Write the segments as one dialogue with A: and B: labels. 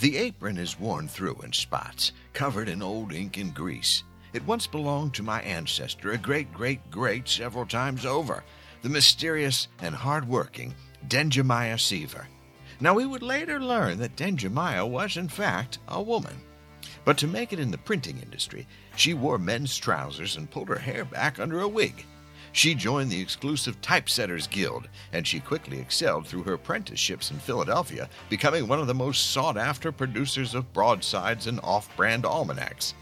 A: The apron is worn through in spots, covered in old ink and grease. It once belonged to my ancestor, a great great great several times over, the mysterious and hard working Denjamiah Seaver. Now, we would later learn that Denjamiah was, in fact, a woman. But to make it in the printing industry, she wore men's trousers and pulled her hair back under a wig. She joined the exclusive Typesetters Guild, and she quickly excelled through her apprenticeships in Philadelphia, becoming one of the most sought after producers of broadsides and off brand almanacs.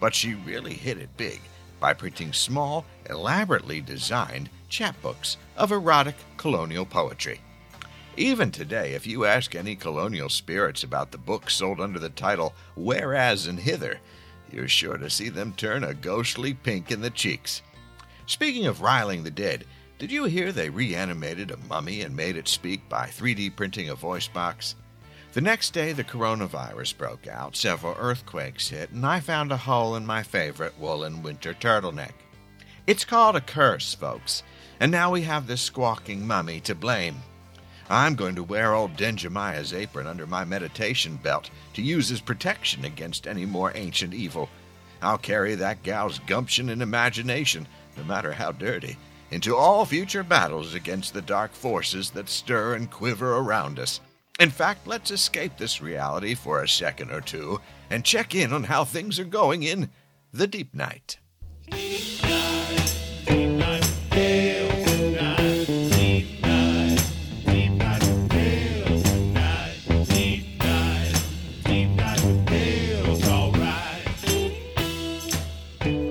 A: But she really hit it big by printing small, elaborately designed chapbooks of erotic colonial poetry. Even today, if you ask any colonial spirits about the book sold under the title Whereas and Hither, you're sure to see them turn a ghostly pink in the cheeks. Speaking of riling the dead, did you hear they reanimated a mummy and made it speak by 3D printing a voice box? The next day, the coronavirus broke out, several earthquakes hit, and I found a hole in my favorite woolen winter turtleneck. It's called a curse, folks, and now we have this squawking mummy to blame. I'm going to wear old Denjamiah's apron under my meditation belt to use as protection against any more ancient evil. I'll carry that gal's gumption and imagination, no matter how dirty, into all future battles against the dark forces that stir and quiver around us. In fact, let's escape this reality for a second or two and check in on how things are going in the deep night.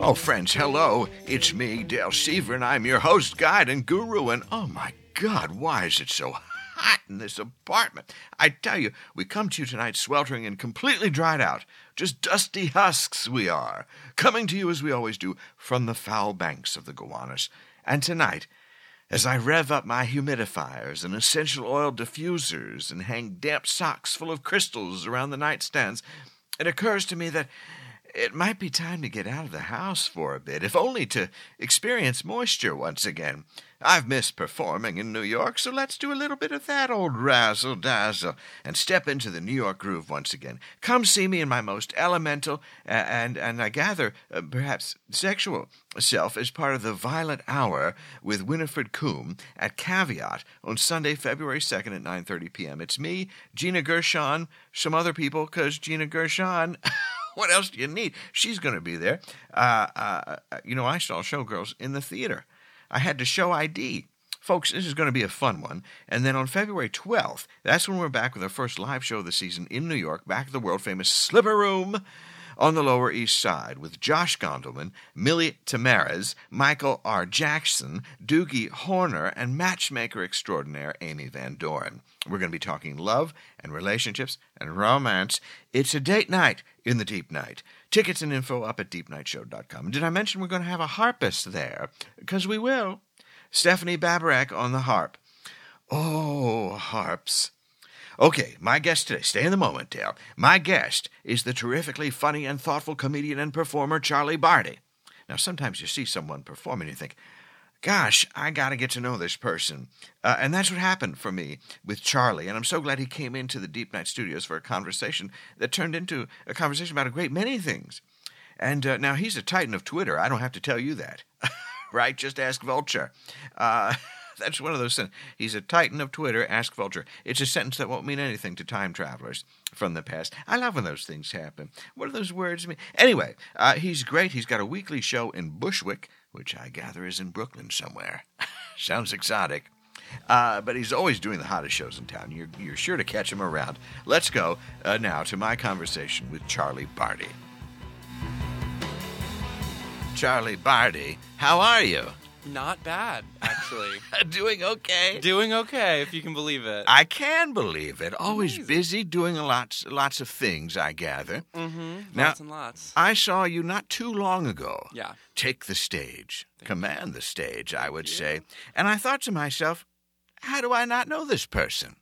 A: Oh, friends, hello. It's me, Dale Seaver, and I'm your host, guide, and guru. And oh my God, why is it so hot in this apartment? I tell you, we come to you tonight sweltering and completely dried out. Just dusty husks we are. Coming to you as we always do from the foul banks of the Gowanus. And tonight, as I rev up my humidifiers and essential oil diffusers and hang damp socks full of crystals around the nightstands, it occurs to me that it might be time to get out of the house for a bit, if only to experience moisture once again. I've missed performing in New York, so let's do a little bit of that old razzle dazzle and step into the New York groove once again. Come see me in my most elemental uh, and, and I gather, uh, perhaps sexual self as part of the Violet Hour with Winifred Coombe at Caveat on Sunday, February 2nd at 9.30 p.m. It's me, Gina Gershon, some other people, 'cause Gina Gershon... what else do you need? She's going to be there. Uh, uh, you know, I saw Showgirls in the theater. I had to show ID. Folks, this is going to be a fun one. And then on February 12th, that's when we're back with our first live show of the season in New York, back at the world famous Slipper Room on the Lower East Side with Josh Gondelman, Millie Tamares, Michael R. Jackson, Doogie Horner, and matchmaker extraordinaire Amy Van Doren. We're going to be talking love and relationships and romance. It's a date night in the Deep Night. Tickets and info up at deepnightshow.com. Did I mention we're going to have a harpist there? Because we will. Stephanie Babarak on the harp. Oh, harps. Okay, my guest today, stay in the moment, Dale. My guest is the terrifically funny and thoughtful comedian and performer Charlie Barty. Now, sometimes you see someone perform and you think, gosh, I got to get to know this person. Uh, and that's what happened for me with Charlie. And I'm so glad he came into the Deep Night Studios for a conversation that turned into a conversation about a great many things. And uh, now he's a titan of Twitter. I don't have to tell you that, right? Just ask Vulture. Uh, that's one of those things. He's a titan of Twitter. Ask Vulture. It's a sentence that won't mean anything to time travelers from the past. I love when those things happen. What do those words mean? Anyway, uh, he's great. He's got a weekly show in Bushwick, which I gather is in Brooklyn somewhere. Sounds exotic. Uh, but he's always doing the hottest shows in town. You're, you're sure to catch him around. Let's go uh, now to my conversation with Charlie Barty. Charlie Barty, how are you?
B: Not bad, actually.
A: Doing okay.
B: Doing okay, if you can believe it.
A: I can believe it. Always busy, doing lots lots of things. I gather.
B: mm-hmm.
A: Now-
B: Lots and lots.
A: I saw you not too long ago.
B: Yeah.
A: Take the stage, command the stage. I would say, and I thought to myself, how do I not know this person?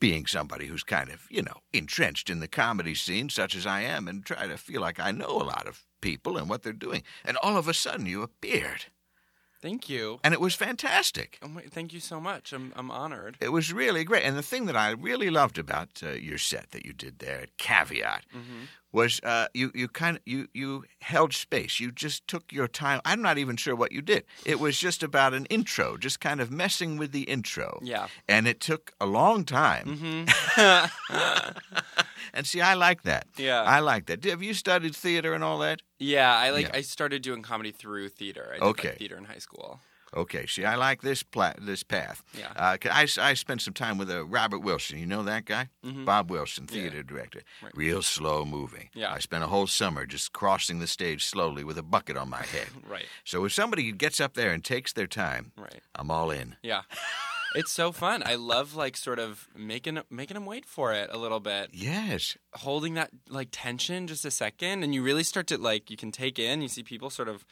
A: Being somebody who's kind of you know entrenched in the comedy scene, such as I am, and try to feel like I know a lot of people and what they're doing, and all of a sudden you appeared.
B: Thank you.
A: and it was fantastic.
B: Oh my, thank you so much. I'm I'm honored.
A: It was really great. And the thing that I really loved about uh, your set that you did there at Caveat was uh, you you kind of you you held space. You just took your time. I'm not even sure what you did. It was just about an intro, just kind of messing with the intro.
B: Yeah. Mm-hmm.
A: And it took a long time. and see, I like that.
B: Yeah.
A: I like that. Have you studied theater and all that?
B: Yeah, I like
A: Yeah.
B: I started doing comedy through theater. I did
A: Okay.
B: like, theater in high school.
A: Okay, see, I like this pla- this path.
B: Yeah.
A: Uh, 'cause I, s- I spent some time with uh, Robert Wilson. You know that guy?
B: Mm-hmm.
A: Bob Wilson, theater director. Real slow moving.
B: Yeah.
A: I spent a whole summer just crossing the stage slowly with a bucket on my head.
B: Right.
A: so if somebody gets up there and takes their time,
B: Right.
A: I'm all in.
B: Yeah. It's so fun. I love like sort of making making them wait for it a little bit,
A: Yes.
B: holding that like tension just a second, and you really start to like you can take in. You see people sort of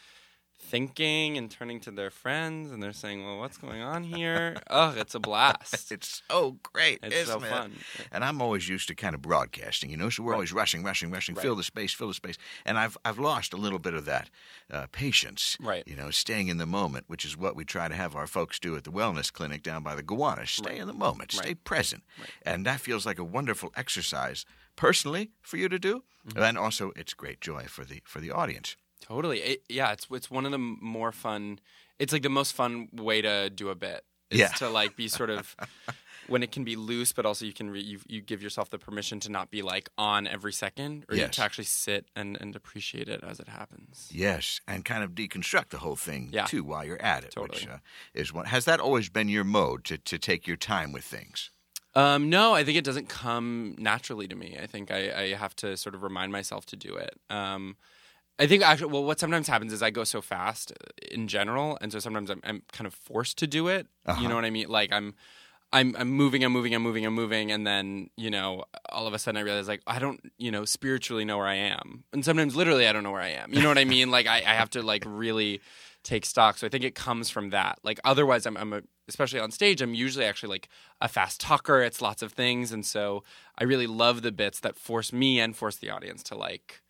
B: thinking and turning to their friends, and they're saying, "Well, what's going on here?" Ugh, it's a blast.
A: It's so great.
B: It's
A: isn't
B: so
A: it?
B: fun.
A: And I'm always used to kind of broadcasting, you know, so we're always rushing, rushing, rushing,
B: Right.
A: fill the space, fill the space. And I've I've lost a little bit of that uh, patience,
B: Right.
A: You know, staying in the moment, which is what we try to have our folks do at the wellness clinic down by the Gowanus. Stay in the moment, stay present, and that feels like a wonderful exercise personally for you to do,
B: Mm-hmm.
A: and also it's great joy for the for the audience.
B: Totally. It, yeah, it's it's one of the m- more fun. It's like the most fun way to do a bit. Is
A: Yeah.
B: To like be sort of when it can be loose, but also you can re, you you give yourself the permission to not be like on every second, or you
A: Yes.
B: to actually sit and and appreciate it as it happens.
A: Yes, and kind of deconstruct the whole thing
B: Yeah.
A: too while you're at it, which
B: Totally.
A: uh, is what has that always been your mode to to take your time with things.
B: Um, no, I think it doesn't come naturally to me. I think I, I have to sort of remind myself to do it. Um, I think actually, well, what sometimes happens is I go so fast uh, in general, and so sometimes I'm, I'm kind of forced to do it. You know what I mean? Like I'm, I'm, I'm moving, I'm moving, I'm moving, I'm moving, and then you know, all of a sudden I realize like I don't, you know, spiritually know where I am, and sometimes literally I don't know where I am. You know what I mean? like I, I have to like really take stock. So I think it comes from that. Like otherwise, I'm, I'm a, especially on stage, I'm usually actually like a fast talker. It's lots of things, and so I really love the bits that force me and force the audience to like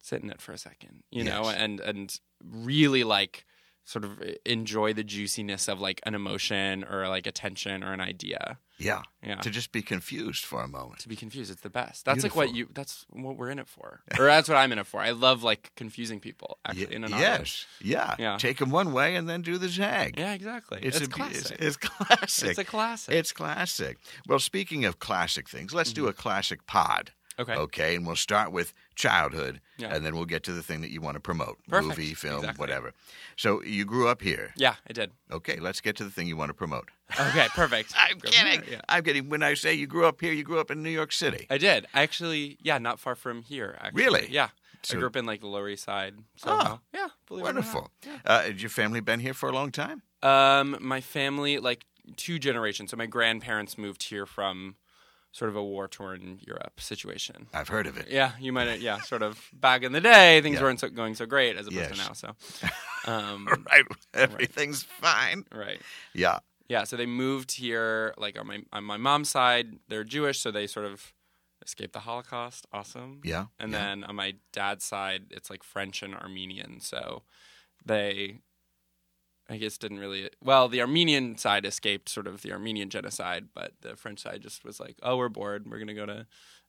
B: sit in it for a second, you know,
A: Yes.
B: and and really like sort of enjoy the juiciness of like an emotion or like a tension or an idea.
A: Yeah.
B: Yeah.
A: To just be confused for a moment.
B: To be confused, it's the best. That's like what
A: Beautiful.
B: you that's what we're in it for. Or that's what I'm in it for. I love like confusing people actually
A: Ye-
B: in an audience.
A: yes. Yeah.
B: Yeah.
A: Take them one way and then do the zag.
B: Yeah, exactly.
A: It's,
B: It's,
A: a, be- it's-
B: classic.
A: It's, classic.
B: It's a classic.
A: It's classic. Well, speaking of classic things, let's
B: Mm-hmm.
A: do a classic pod.
B: okay.
A: Okay. And we'll start with childhood
B: Yeah.
A: and then we'll get to the thing that you want to promote
B: Perfect.
A: movie, film,
B: Exactly.
A: whatever. So you grew up here.
B: Yeah, I did.
A: Okay. Let's get to the thing you want to promote.
B: Okay, perfect.
A: I'm
B: Go
A: kidding.
B: there, yeah.
A: I'm kidding. When I say you grew up here, you grew up in New York City.
B: I did. I actually, yeah, not far from here. Actually.
A: Really?
B: Yeah.
A: So-
B: I grew up in like the Lower East Side. So
A: Ah,
B: yeah, believe
A: Wonderful.
B: It or not.
A: Uh, has your family been here for a long time?
B: Yeah. Um, my family, like two generations. So my grandparents moved here from sort of a war torn Europe situation.
A: I've heard of it.
B: Yeah, you might. Yeah, sort of back in the day, things
A: Yeah.
B: weren't so, going so great as opposed
A: Yes.
B: to now. So, um,
A: right. Everything's fine.
B: right.
A: Yeah.
B: Yeah, so they moved here, like on my on my mom's side, they're Jewish, so they sort of escaped the Holocaust. Awesome.
A: Yeah.
B: And
A: yeah.
B: then on my dad's side, it's like French and Armenian, so they I guess didn't really well, the Armenian side escaped sort of the Armenian genocide, but the French side just was like, Oh, we're bored, we're gonna go to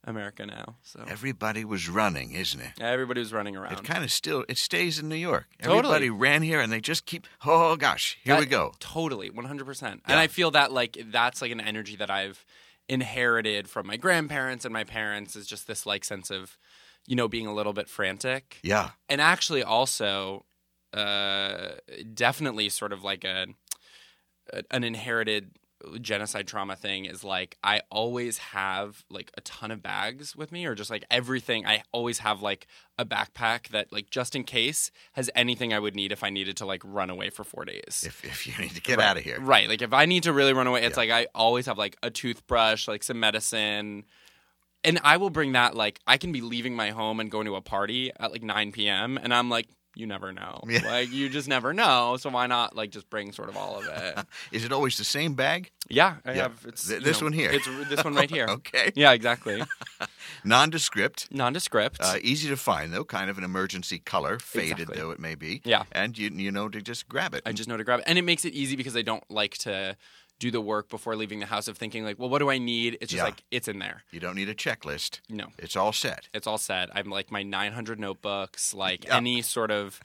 B: America now. So
A: everybody was running, isn't it?
B: everybody was running around.
A: It kind of still it stays in New York.
B: Totally.
A: Everybody ran here and they just keep oh gosh, here we
B: That-
A: go.
B: Totally, one hundred percent.
A: Yeah.
B: And I feel that like that's like an energy that I've inherited from my grandparents and my parents is just this like sense of, you know, being a little bit frantic,
A: Yeah.
B: and actually also, uh, definitely sort of like a, a an inherited genocide trauma thing is like I always have like a ton of bags with me or just like everything I always have like a backpack that like just in case has anything I would need if I needed to like run away for 4 days.
A: If if you need to get
B: Right.
A: out of here.
B: Right. Like if I need to really run away, it's
A: Yeah.
B: like I always have like a toothbrush, like some medicine. And I will bring that like I can be leaving my home and going to a party at like 9 p.m. and I'm like you never know.
A: Yeah.
B: Like you just never know, so why not like just bring sort of all of it?
A: Is it always the same bag?
B: yeah, I
A: Yeah.
B: have it's
A: Th-
B: you
A: this
B: know,
A: one here.
B: It's this one right here.
A: Okay.
B: Yeah, exactly.
A: Nondescript.
B: Nondescript.
A: Uh, easy to find though, kind of an emergency color, faded
B: Exactly.
A: though it may be.
B: Yeah.
A: and you you know to just grab it.
B: I just know to grab it. And it makes it easy because I don't like to do the work before leaving the house of thinking like, well, what do I need? It's just
A: Yeah.
B: like it's in there.
A: you don't need a checklist.
B: No.
A: It's all set.
B: It's all set. I'm like my 900 notebooks, like
A: Yeah.
B: any sort of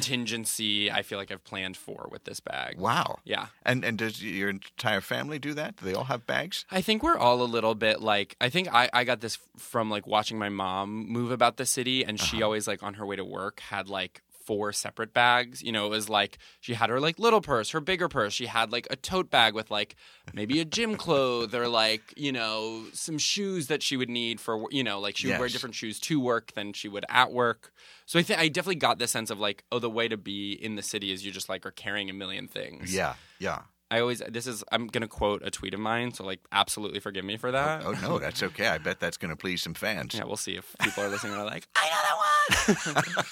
B: contingency I feel like I've planned for with this bag.
A: Wow.
B: Yeah.
A: And and does your entire family do that? Do they all have bags?
B: I think we're all a little bit like I think I, I got this from like watching my mom move about the city and she always like on her way to work had like four separate bags. You know, it was like she had her like little purse, her bigger purse. She had like a tote bag with like maybe a gym clothes or like, you know, some shoes that she would need for wo- you know, like she would wear
A: Yes.
B: different shoes to work than she would at work. So I think I definitely got the sense of like, oh, the way to be in the city is you just like are carrying a million things.
A: Yeah. Yeah.
B: I always this is I'm gonna quote a tweet of mine, so like absolutely forgive me for that.
A: Oh no, that's okay. I bet that's going to please some fans.
B: Yeah, we'll see if people are listening and are like, I know that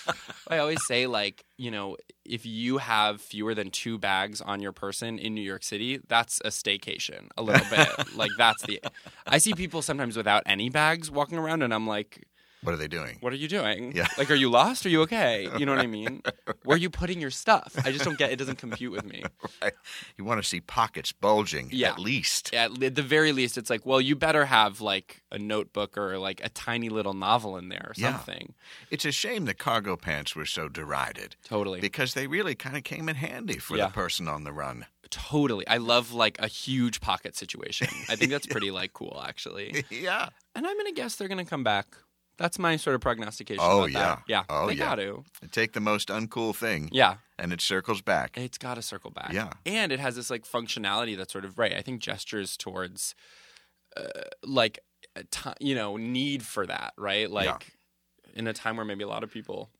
B: one. I always say like, you know, if you have fewer than two bags on your person in New York City, that's a staycation a little bit. like that's the I see people sometimes without any bags walking around and I'm like,
A: What are they doing?
B: What are you doing?
A: Yeah.
B: Like are you lost? Are you okay? You know what I mean? Where are you putting your stuff? I just don't get it doesn't compute with me.
A: Right. You want to see pockets bulging
B: Yeah.
A: at least.
B: at li- the very least, it's like, well, you better have like a notebook or like a tiny little novel in there or
A: Yeah.
B: something.
A: It's a shame the cargo pants were so derided
B: Totally.
A: because they really kind of came in handy for
B: Yeah.
A: the person on the run.
B: totally. I love like a huge pocket situation. I think that's pretty like cool actually.
A: yeah.
B: And I'm going to guess they're going to come back. That's my sort of prognostication.
A: Oh,
B: about that.
A: yeah.
B: Yeah.
A: Oh,
B: they
A: yeah.
B: got to.
A: Take the most uncool thing
B: Yeah.
A: and it circles back.
B: It's got to circle back.
A: Yeah.
B: And it has this like functionality that's sort of right. I think gestures towards uh, like, a ti you know, need for that, right? Like in a time where maybe a lot of people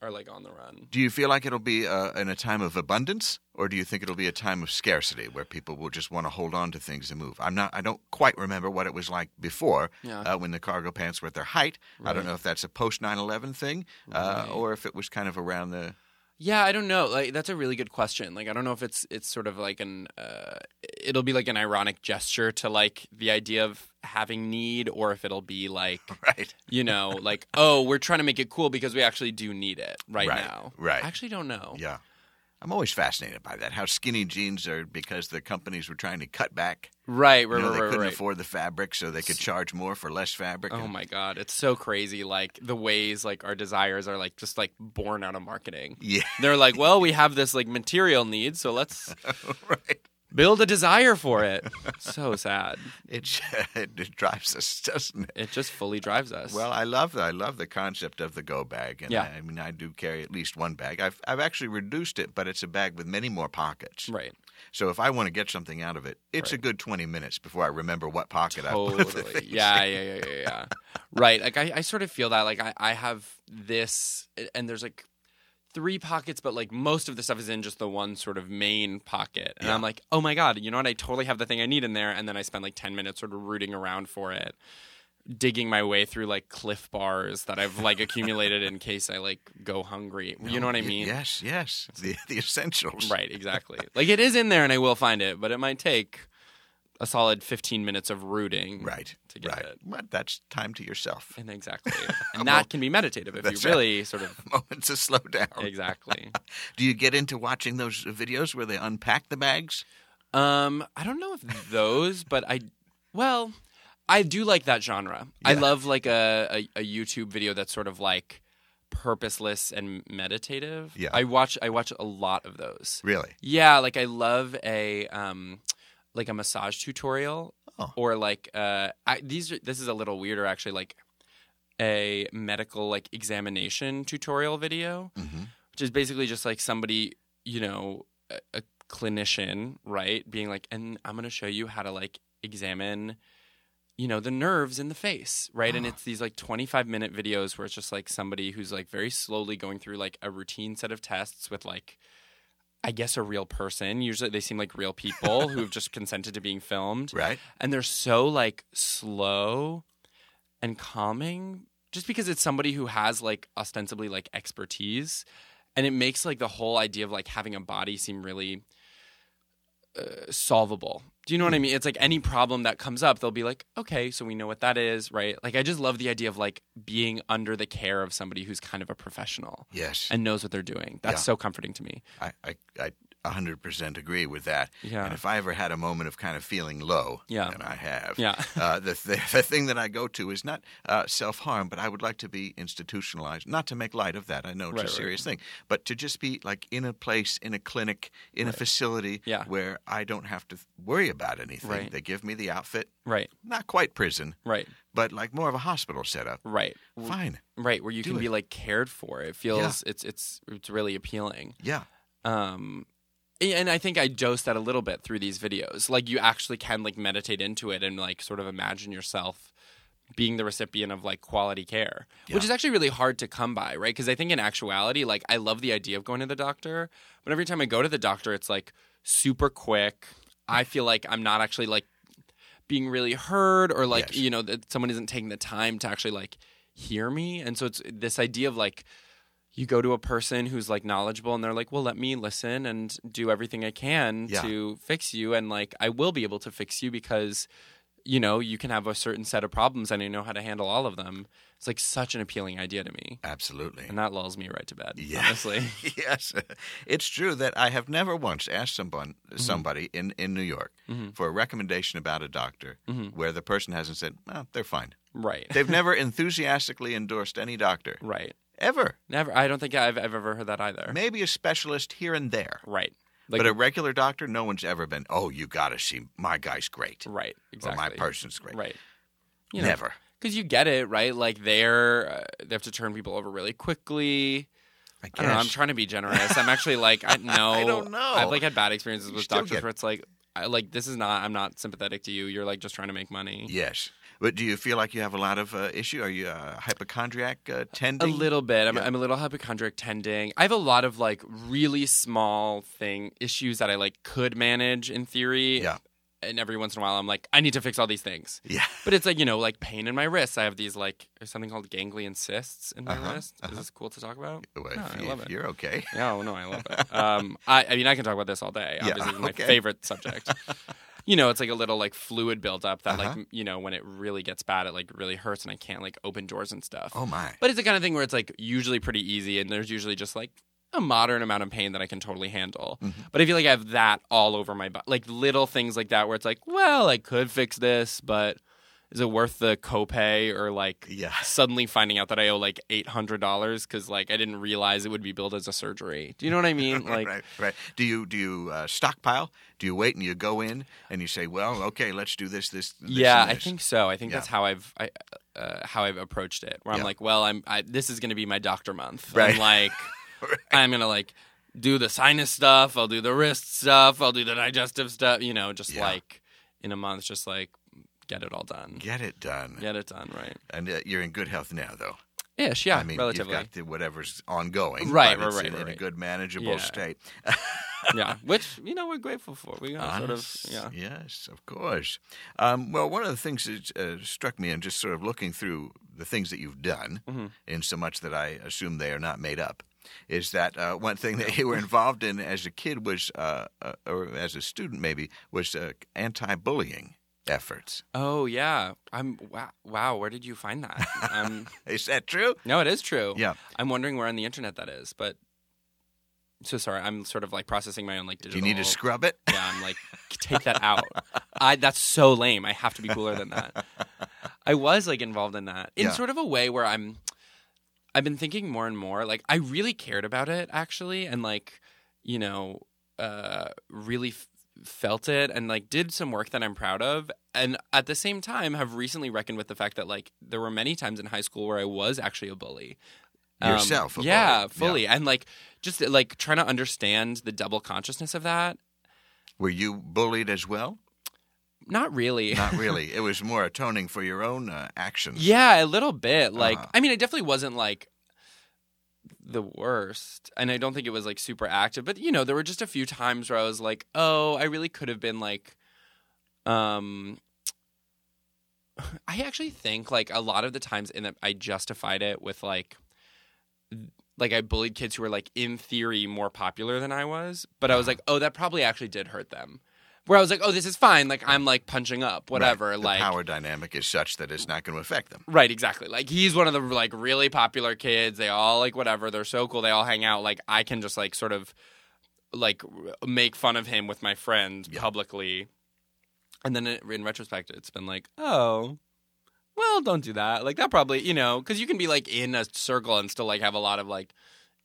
B: are like on the run.
A: Do you feel like it'll be uh, in a time of abundance, or do you think it'll be a time of scarcity where people will just want to hold on to things and move? I'm not. I don't quite remember what it was like before
B: Yeah.
A: uh, when the cargo pants were at their height. I don't
B: Uh-huh. Right.
A: know if that's a post 9/11 thing, uh,
B: Right.
A: or if it was kind of around the.
B: Yeah, I don't know. Like that's a really good question. Like I don't know if it's it's sort of like an uh, it'll be like an ironic gesture to like the idea of having need, or if it'll be like
A: Right.
B: you know like oh we're trying to make it cool because we actually do need it right,
A: Right,
B: now.
A: right.
B: I actually don't know.
A: Yeah. I'm always fascinated by that. How skinny jeans are because the companies were trying to cut back.
B: Right. Right.
A: You know, they
B: right.
A: couldn't
B: Right. right.
A: afford the fabric, so they could charge more for less fabric.
B: Oh
A: and-
B: my god, it's so crazy. Like the ways like our desires are like just like born out of marketing.
A: Yeah.
B: They're like, well, we have this like material need, so let's
A: right.
B: build a desire for it. So sad.
A: It, it drives us, doesn't it?
B: It just fully drives us.
A: Well, I love the, I love the concept of the go bag, and
B: Yeah.
A: I, I mean I do carry at least one bag. I've I've actually reduced it, but it's a bag with many more pockets.
B: right.
A: So if I want to get something out of it, it's a good twenty minutes before I remember what pocket I put the
B: totally
A: things
B: yeah
A: in.
B: yeah yeah yeah yeah right like I, I sort of feel that like I, I have this and there's like three pockets but like most of the stuff is in just the one sort of main pocket and
A: Yeah.
B: i'm like oh my god you know what i totally have the thing i need in there and then i spend like 10 minutes sort of rooting around for it digging my way through like cliff bars that i've like accumulated in case i like go hungry you know what i
A: Y-
B: mean
A: Yes, yes, the the essentials.
B: right exactly like it is in there and i will find it but it might take a solid 15 minutes of rooting
A: right,
B: To get
A: right.
B: it.
A: But that's time to yourself.
B: And exactly. And that can be meditative if
A: That's
B: you
A: right.
B: really sort of
A: Moments to slow down.
B: exactly.
A: Do you get into watching those videos where they unpack the bags?
B: Um, I don't know if those, but I well, I do like that genre. I
A: Yeah.
B: love like a, a a YouTube video that's sort of like purposeless and meditative.
A: Yeah.
B: I watch I watch a lot of those.
A: Really?
B: Yeah, like I love a um like a massage tutorial
A: Oh.
B: or like uh I, these are, this is a little weirder actually like a medical like examination tutorial video
A: Mm-hmm.
B: which is basically just like somebody, you know, a, a clinician, right, being like, and I'm going to show you how to like examine, you know, the nerves in the face, right? And
A: Ah.
B: it's these like 25 minute videos where it's just like somebody who's like very slowly going through like a routine set of tests with like, I guess a real person. Usually they seem like real people who have just consented to being filmed
A: Right.
B: and they're so like slow and calming just because it's somebody who has like ostensibly like expertise and it makes like the whole idea of like having a body seem really uh, solvable. Do you know what
A: Hmm.
B: I mean? It's like any problem that comes up, they'll be like, okay, so we know what that is, right? Like, I just love the idea of like being under the care of somebody who's kind of a professional
A: Yes.
B: and knows what they're doing. That's
A: Yeah.
B: so comforting to me.
A: I, I, I 100% agree with that.
B: Yeah.
A: And if I ever had a moment of kind of feeling low,
B: Yeah.
A: and I have,
B: Yeah.
A: uh, the, th- the thing that I go to is not uh, self harm, but I would like to be institutionalized. Not to make light of that, I know it's
B: Right,
A: a
B: right.
A: serious thing, but to just be like in a place, in a clinic, in a facility
B: Yeah.
A: where I don't have to worry about anything.
B: Right.
A: They give me the outfit,
B: Right,
A: not quite prison,
B: right,
A: but like more of a hospital setup.
B: right,
A: Fine.
B: right. Where you
A: Do
B: can be
A: it.
B: like cared for. It feels, it's, it's, it's really appealing.
A: Yeah.
B: um and i think i dose that a little bit through these videos like you actually can like meditate into it and like sort of imagine yourself being the recipient of like quality care which
A: Yeah.
B: is actually really hard to come by right because i think in actuality like i love the idea of going to the doctor but every time i go to the doctor it's like super quick i feel like i'm not actually like being really heard or like
A: Yes.
B: you know that someone isn't taking the time to actually like hear me and so it's this idea of like you go to a person who's like knowledgeable and they're like well let me listen and do everything i can
A: Yeah.
B: to fix you and like i will be able to fix you because you know you can have a certain set of problems and i know how to handle all of them it's like such an appealing idea to me
A: Absolutely.
B: and that lulls me right to bed
A: Yeah.
B: honestly
A: yes, it's true that I have never once asked someone,
B: Mm-hmm.
A: somebody in, in New York for a recommendation about a doctor
B: Mm-hmm.
A: where the person hasn't said, "Oh, they're fine.
B: right
A: They've never enthusiastically endorsed any doctor,
B: right
A: ever.
B: never i don't think i've, I've ever heard that either
A: Maybe a specialist here and there.
B: right like
A: but a regular doctor, no one's ever been, oh, you got to see, my guy's great,
B: right exactly
A: or my person's great.
B: right
A: Never.
B: because you get it right like they're uh, they have to turn people over really quickly
A: I
B: I don't know. I'm trying to be generous. I'm actually like I know.
A: don't know.
B: I've like had bad experiences
A: You
B: with
A: still
B: doctors
A: get-
B: where it's like, I, like this is not. I'm not sympathetic to you. You're like just trying to make money.
A: yes. But do you feel like you have a lot of uh, issue? Are you a hypochondriac uh,
B: A
A: tending?
B: little bit. I'm,
A: Yeah.
B: I'm a little hypochondriac tending. I have a lot of like really small thing issues that I like could manage in theory.
A: Yeah.
B: And every once in a while, I'm like, I need to fix all these things.
A: Yeah.
B: But it's like you know, like pain in my wrists. I have these like there's something called ganglion cysts in my
A: Uh-huh,
B: wrist. Is this cool to talk about?
A: Well,
B: No,
A: if
B: Oh, I
A: you-
B: love
A: if
B: it.
A: you're okay.
B: Yeah, oh, no, I love it. Um, I, I mean, I can talk about this all day.
A: Yeah,
B: Obviously, it's my
A: okay.
B: favorite subject. You know, it's like a little like fluid buildup that,
A: Uh-huh.
B: like, you know, when it really gets bad, it like really hurts, and I can't like open doors and stuff.
A: Oh, my.
B: But it's the kind of thing where it's like usually pretty easy, and there's usually just like a moderate amount of pain that I can totally handle.
A: Mm-hmm.
B: But I feel like I have that all over my body, like little things like that, where it's like, well, I could fix this, but is it worth the copay or like
A: Yeah.
B: suddenly finding out that I owe like eight hundred dollars because like I didn't realize it would be billed as a surgery? Do you know what I mean? Like,
A: right, right. Do you do you uh, stockpile? Do you wait and you go in and you say, "Well, okay, let's do this, this." this
B: yeah,
A: and
B: I
A: this."
B: think so. I think
A: Yeah.
B: that's how I've I, uh, how I've approached it, where I'm
A: Yeah.
B: like, well, I'm I, this is going to be my doctor month,
A: Right.
B: And like, I'm gonna like do the sinus stuff, I'll do the wrist stuff, I'll do the digestive stuff, you know, just
A: Yeah.
B: like in a month, just like get it all done,
A: get it done.
B: get it done, right?
A: And uh, you're in good health now, though.
B: Ish, yeah,
A: I mean,
B: relatively,
A: you've got the, whatever's ongoing,
B: Right,
A: but
B: right,
A: it's
B: right,
A: in, in a
B: right.
A: good manageable
B: Yeah.
A: state.
B: yeah, which you know we're grateful for. We got sort of
A: Honest-
B: yeah.
A: Yes, of course. Um, well, one of the things that uh, struck me in just sort of looking through the things that you've done,
B: Mm-hmm.
A: in so much that I assume they are not made up, is that uh, one thing that you were involved in as a kid was, uh, uh, or as a student maybe, was uh, anti-bullying efforts.
B: Oh yeah, I'm wow. Wow, where did you find that? Um,
A: Is that true?
B: no, it is true.
A: Yeah.
B: I'm wondering where on the internet that is, but so sorry. I'm sort of like processing my own like
A: Do
B: digital.
A: you need to scrub it?
B: Yeah, I'm like, take that out. I that's so lame. I have to be cooler than that. I was like involved in that in
A: Yeah.
B: sort of a way where I'm. I've been thinking more and more. Like I really cared about it actually, and like you know, uh, really f- felt it, and like did some work that I'm proud of, and at the same time have recently reckoned with the fact that like there were many times in high school where I was actually a bully. Um,
A: Yourself a
B: yeah,
A: bully.
B: fully, and like just like trying to understand the double consciousness of that
A: Were you bullied as well?
B: Not really.
A: Not really. it was more atoning for your own uh, actions.
B: yeah, a little bit. Like,
A: Uh-huh.
B: I mean, I definitely wasn't like the worst, and I don't think it was like super active. But you know, there were just a few times where I was like, "Oh, I really could have been like." Um, I actually think like a lot of the times in that I justified it with like, like I bullied kids who were like in theory more popular than I was, but I was like, "Oh, that probably actually did hurt them." where I was like, oh, this is fine. Like I'm like punching up, whatever.
A: Right. The
B: Like
A: power dynamic is such that it's not going to affect them.
B: Right, exactly. Like he's one of the like really popular kids. They all like whatever. They're so cool. They all hang out. Like I can just like sort of like r- make fun of him with my friends
A: Yeah.
B: publicly. And then it, in retrospect, it's been like, oh, well, don't do that. Like that probably, you know, because you can be like in a circle and still like have a lot of like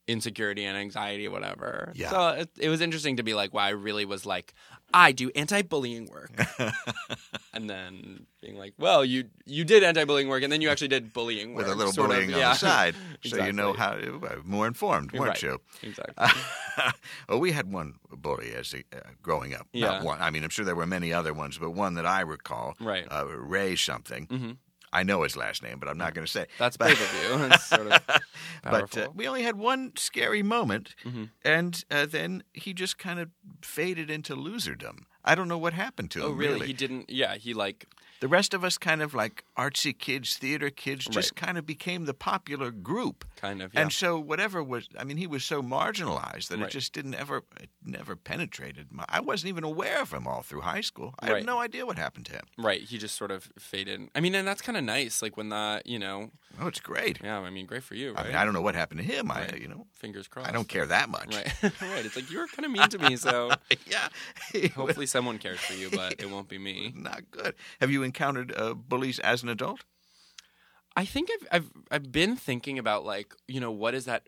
B: insecurity and anxiety, whatever.
A: Yeah.
B: So it, it was interesting to be like, wow, I really was like, I do anti-bullying work and then being like, "Well, you you did anti-bullying work, and then you actually did bullying work
A: With a little
B: sort of,
A: bullying on
B: yeah.
A: the side, so you know
B: Exactly.
A: how more informed,
B: You're
A: weren't
B: right.
A: you?
B: Exactly.
A: well, we had one bully as a, uh, growing up.
B: Yeah.
A: Not one. I mean, I'm sure there were many other ones, but one that I recall.
B: Right.
A: Uh, Ray something.
B: Mhm.
A: I know his last name, but I'm not going to say. it.
B: That's
A: But-
B: brave of you. It's sort of
A: But uh,
B: powerful.
A: we only had one scary moment,
B: Mhm.
A: and uh, then he just kind of faded into loserdom. I don't know what happened to
B: oh,
A: him.
B: really? He didn't. Yeah, he like
A: The rest of us, kind of like artsy kids, theater kids, just kind of became the popular group.
B: kind of. Yeah.
A: And so whatever was, I mean, he was so marginalized that it
B: Right.
A: just didn't ever, it never penetrated. My, I wasn't even aware of him all through high school. I
B: Right.
A: had no idea what happened to him.
B: right. He just sort of faded. I mean, and that's kind of nice. Like when the you know,
A: Oh, it's great.
B: yeah. I mean, great for you. Right.
A: I mean, I don't know what happened to him. I,
B: Right.
A: you know,
B: Fingers crossed.
A: I don't care that much.
B: Right. right. It's like you were kind of mean to me, so
A: yeah, It was
B: hopefully someone cares for you, but it won't be me.
A: not good. Have you encountered uh, bullies as an adult?
B: I think I've I've I've been thinking about like you know what is that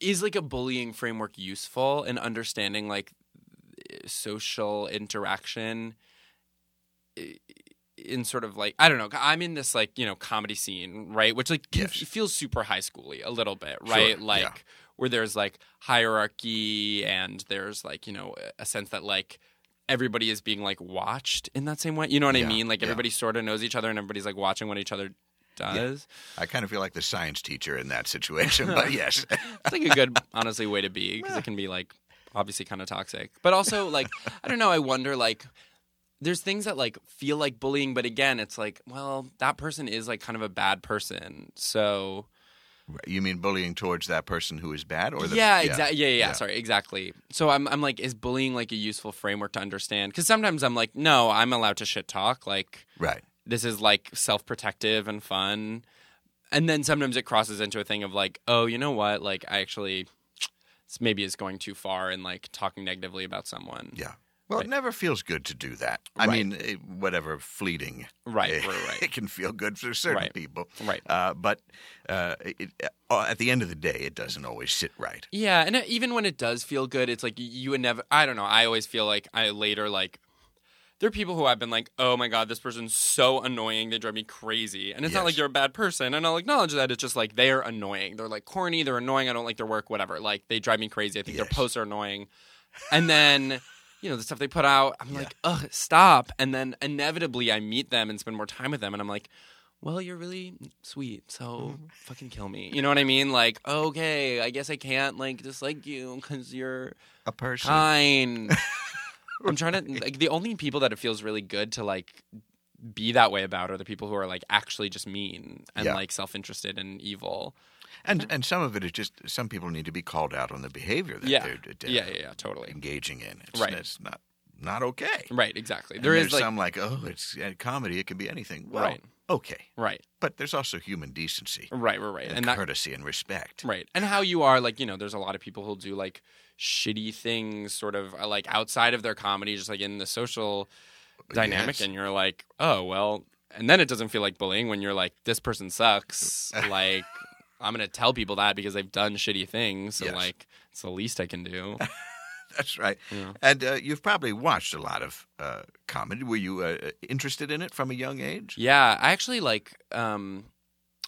B: is like a bullying framework useful in understanding like social interaction i- in sort of like I don't know I'm in this like you know comedy scene right which like
A: Yes.
B: conf- feels super high schooly a little bit
A: Sure,
B: right
A: yeah.
B: like where there's like hierarchy and there's like you know a sense that like everybody is being like watched in that same way you know what I
A: Yeah,
B: mean like
A: yeah.
B: everybody sort of knows each other and everybody's like watching what each other does
A: I kind of feel like the science teacher in that situation, but yes,
B: it's like a good honestly way to be because it can be like obviously kind of toxic but also like i don't know i wonder like there's things that like feel like bullying but again it's like well that person is like kind of a bad person so
A: you mean bullying towards that person who is bad, or the,
B: yeah, exactly yeah, yeah
A: yeah.
B: sorry exactly so i'm i'm like is bullying like a useful framework to understand cuz sometimes i'm like no i'm allowed to shit talk like
A: right.
B: this is like self-protective and fun and then sometimes it crosses into a thing of like oh you know what like i actually this maybe is going too far and like talking negatively about someone
A: Yeah. Well,
B: Right.
A: it never feels good to do that. I
B: Right.
A: mean, eh, whatever fleeting.
B: Right,
A: eh,
B: right, right.
A: It can feel good for certain
B: Right.
A: people.
B: Right.
A: Uh, but uh, it, uh, at the end of the day, it doesn't always sit right.
B: yeah and even when it does feel good it's like you would never i don't know i always feel like i later like there are people who I've been like, oh my God, this person's so annoying. They drive me crazy. And it's not
A: Yes.
B: like they're a bad person. And I'll acknowledge that. It's just like they're annoying. They're like corny. They're annoying. I don't like their work, whatever. Like they drive me crazy. I think
A: Yes.
B: their posts are annoying. And then, you know, the stuff they put out, I'm like, ugh, stop. And then inevitably I meet them and spend more time with them. And I'm like, well, you're really sweet. So
A: Mm-hmm.
B: fucking kill me. You know what I mean? Like, okay, I guess I can't like dislike you because you're
A: A person.
B: Fine. I'm trying to like the only people that it feels really good to like be that way about are the people who are like actually just mean and
A: Yeah.
B: like self-interested and evil.
A: and and some of it is just some people need to be called out on the behavior that
B: Yeah.
A: they're, d-
B: yeah, yeah, yeah, totally.
A: engaging in. It's,
B: Right.
A: It's not not okay.
B: Right, exactly.
A: And
B: there
A: there's
B: is like
A: some like, oh, it's uh, comedy. It can be anything. Well,
B: Right.
A: okay.
B: right,
A: But there's also human decency
B: right, right, right,
A: and,
B: and that
A: courtesy and respect.
B: Right. And how you are, like, you know, there's a lot of people who'll do like shitty things sort of uh, like outside of their comedy, just like in the social dynamic.
A: Yes.
B: And you're like, oh, well. And then it doesn't feel like bullying when you're like, this person sucks. like, I'm going to tell people that because they've done shitty things. So,
A: Yes.
B: like, it's the least I can do.
A: That's right.
B: Yeah.
A: And uh, you've probably watched a lot of uh, comedy. Were you uh, interested in it from a young age?
B: yeah. I actually like, um,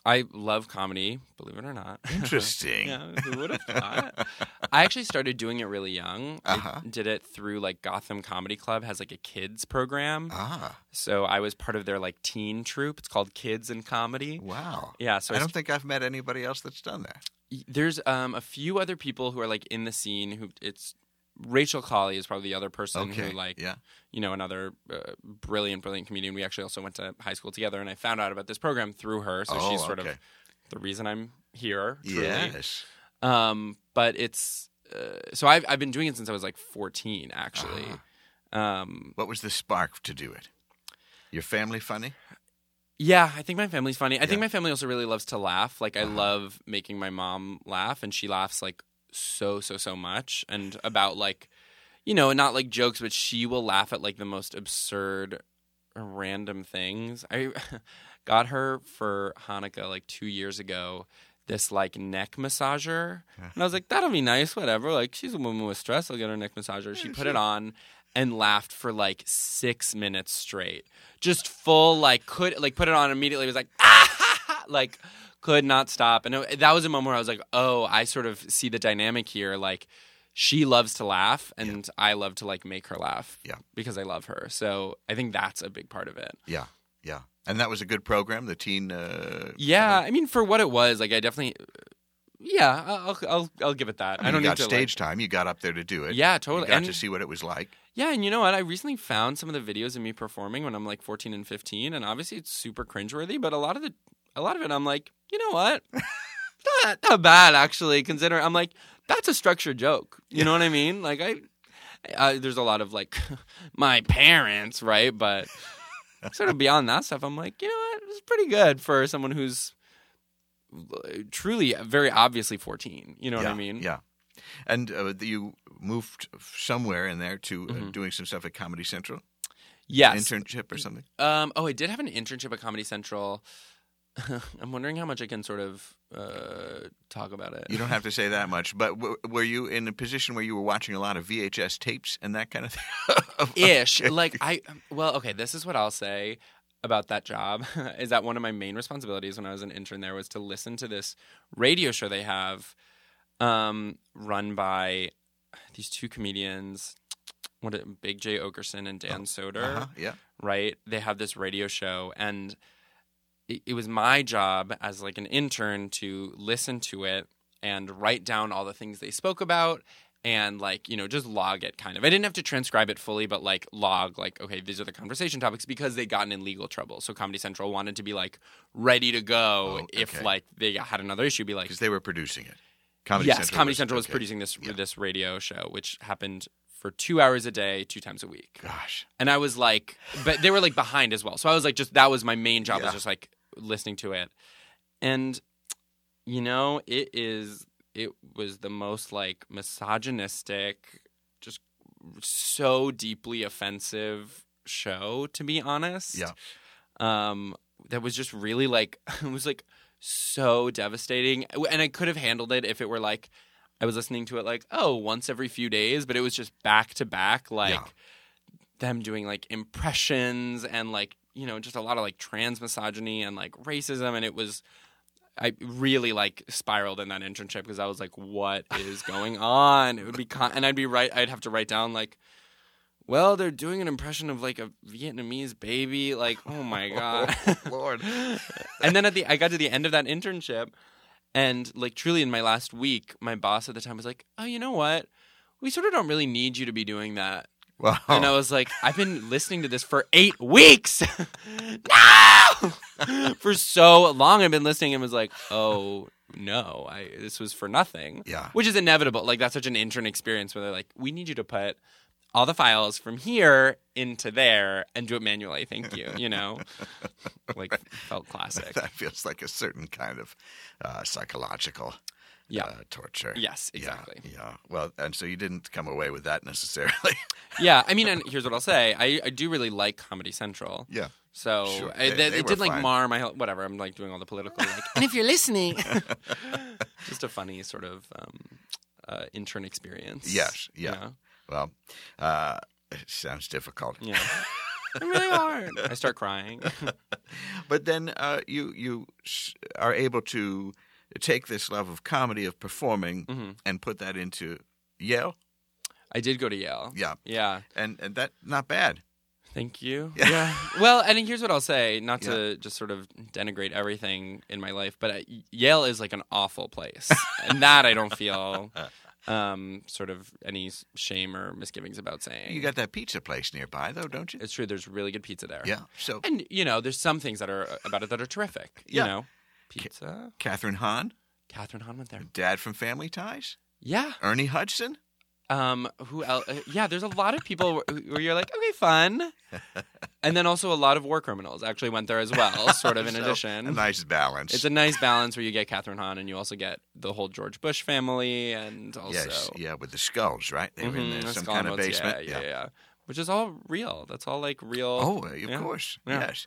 B: I love comedy, believe it or not.
A: Interesting.
B: Yeah, who would have thought? I actually started doing it really young.
A: Uh-huh.
B: I did it through like Gotham Comedy Club has like a kids program.
A: Ah,
B: So I was part of their like teen troupe. It's called Kids in Comedy.
A: wow.
B: Yeah, so
A: I
B: I
A: don't think I've met anybody else that's done that.
B: s- there's um, a few other people who are like in the scene who it's Rachel Colley is probably the other person
A: Okay.
B: who like
A: yeah.
B: you know another uh, brilliant brilliant comedian. We actually also went to high school together, and I found out about this program through her. So
A: Oh,
B: she's sort of
A: okay.
B: the reason I'm here. Truly.
A: Yes.
B: Um, but it's uh, so I've I've been doing it since I was like 14, actually. Um,
A: What was the spark to do it? Your family funny?
B: yeah, I think my family's funny. I
A: Yeah.
B: think my family also really loves to laugh. Like I love making my mom laugh, and she laughs like so so so much, and about like you know, not like jokes, but she will laugh at like the most absurd, random things. I got her for Hanukkah like two years ago. This like neck massager, and I was like, "That'll be nice, whatever." Like she's a woman with stress. I'll get her neck massager. She put it on and laughed for like six minutes straight, just full like could like put it on immediately. Was like ah, like could not stop, and it- that was a moment where I was like, "Oh, I sort of see the dynamic here." Like she loves to laugh, and I love to like make her laugh,
A: Yeah.
B: because I love her. So I think that's a big part of it.
A: Yeah, yeah. And that was a good program, the teen. Uh,
B: Yeah, I mean, for what it was, like I definitely, yeah, I'll I'll- I'll, I'll give it that. I,
A: I, mean,
B: don't
A: you
B: need
A: got
B: to like-
A: stage time. You got up there to do it.
B: yeah,
A: You
B: totally.
A: got
B: and,
A: to see what it was like.
B: yeah, and you know what? I recently found some of the videos of me performing when I'm like 14 and 15, and obviously it's super cringeworthy. But a lot of the a lot of it, I'm like, you know what? not, not bad actually. Considering I'm like, that's a structured joke. You know what I mean? Like I, uh, there's a lot of like, my parents, right? But sort of beyond that stuff, I'm like, you know what? It's pretty good for someone who's uh, truly very obviously 14. You know
A: yeah,
B: what I mean?
A: Yeah. And uh, you moved somewhere in there to uh,
B: Mhm.
A: doing some stuff at Comedy Central,
B: Yes.
A: internship or something.
B: Um, oh, I did have an internship at Comedy Central. I'm wondering how much I can sort of uh, talk about it.
A: You don't have to say that much, but w- were you in a position where you were watching a lot of VHS tapes and that kind of thing?
B: ish. Like I well, okay, this is what I'll say about that job is that one of my main responsibilities when I was an intern there was to listen to this radio show they have um run by these two comedians what a, Big J Okerson and Dan Soder.
A: Uh-huh, yeah.
B: right? They have this radio show, and it, it was my job as like an intern to listen to it and write down all the things they spoke about and like you know just log it kind of i didn't have to transcribe it fully but like log like okay these are the conversation topics because they'd gotten in legal trouble so comedy central wanted to be like ready to go
A: Oh,
B: if
A: okay.
B: like they had another issue be like
A: Because they were producing it. Comedy
B: yes,
A: Central
B: Comedy
A: was,
B: Central was
A: okay.
B: producing this
A: Yeah.
B: this radio show, which happened for two hours a day, two times a week.
A: Gosh.
B: And I was like, but they were like behind as well. So I was like, just that was my main job
A: Yeah.
B: was just like listening to it. And, you know, it is, it was the most like misogynistic, just so deeply offensive show, to be honest.
A: Yeah.
B: Um, that was just really like, it was like so devastating. And I could have handled it if it were like, I was listening to it like, oh, once every few days, but it was just back to back, like,
A: Yeah.
B: them doing like impressions and like you know just a lot of like trans misogyny and like racism and it was i really like spiraled in that internship because i was like what is going on it would be con- and i'd be right i'd have to write down like well they're doing an impression of like a vietnamese baby like oh my god
A: Lord.
B: and then at the I got to the end of that internship, and like truly in my last week, my boss at the time was like, "Oh, you know what? We sort of don't really need you to be doing that."
A: Wow.
B: And I was like, "I've been listening to this for eight weeks, no, for so long. I've been listening and was like, oh no, I this was for nothing."
A: Yeah.
B: which is inevitable. Like that's such an intern experience where they're like, "We need you to put." All the files from here into there and do it manually. Thank you. You know, like felt classic.
A: That feels like a certain kind of uh, psychological
B: Yeah.
A: uh, torture.
B: Yes,
A: Yeah,
B: exactly.
A: Yeah, Well, and so you didn't come away with that necessarily.
B: Yeah, I mean, and here's what I'll say: I, I do really like Comedy Central,
A: yeah.
B: so
A: Sure,
B: I,
A: they-
B: they,
A: they
B: it
A: were
B: did like
A: fine.
B: mar my whole- whatever. I'm like doing all the political, like, and if you're listening, just a funny sort of um, uh, intern experience.
A: Yes, yeah. Well, uh, it sounds difficult.
B: yeah, I'm really hard. I start crying.
A: But then uh, you you s- are able to take this love of comedy of performing
B: Mhm.
A: and put that into Yale.
B: I did go to Yale.
A: Yeah,
B: Yeah,
A: and and that not bad.
B: Thank you.
A: Yeah.
B: Yeah. Well, and here's what I'll say, not to just sort of denigrate everything in my life, but I, Yale is like an awful place. and that I don't feel um, sort of any s- shame or misgivings about saying.
A: You got that pizza place nearby though, don't you?
B: it's true there's really good pizza there.
A: Yeah. So
B: And you know, there's some things that are uh, about it that are terrific,
A: Yeah.
B: you know. Pizza.
A: Catherine Hahn,
B: Catherine Hahn went there.
A: dad from Family Ties,
B: Yeah.
A: Ernie Hudson.
B: Um, who else? Yeah, there's a lot of people wh- where you're like, okay, fun, and then also a lot of war criminals actually went there as well, sort of in
A: So,
B: addition.
A: a nice balance.
B: It's a nice balance where you get Catherine Hahn and you also get the whole George Bush family and also
A: yes, yeah, with the skulls, right? They were in
B: Mhm,
A: the-
B: the
A: some
B: skull
A: kind of
B: notes.
A: basement.
B: Yeah, yeah, yeah, Which is all real. That's all like real.
A: Oh, uh, of
B: yeah.
A: course.
B: Yeah.
A: Yes.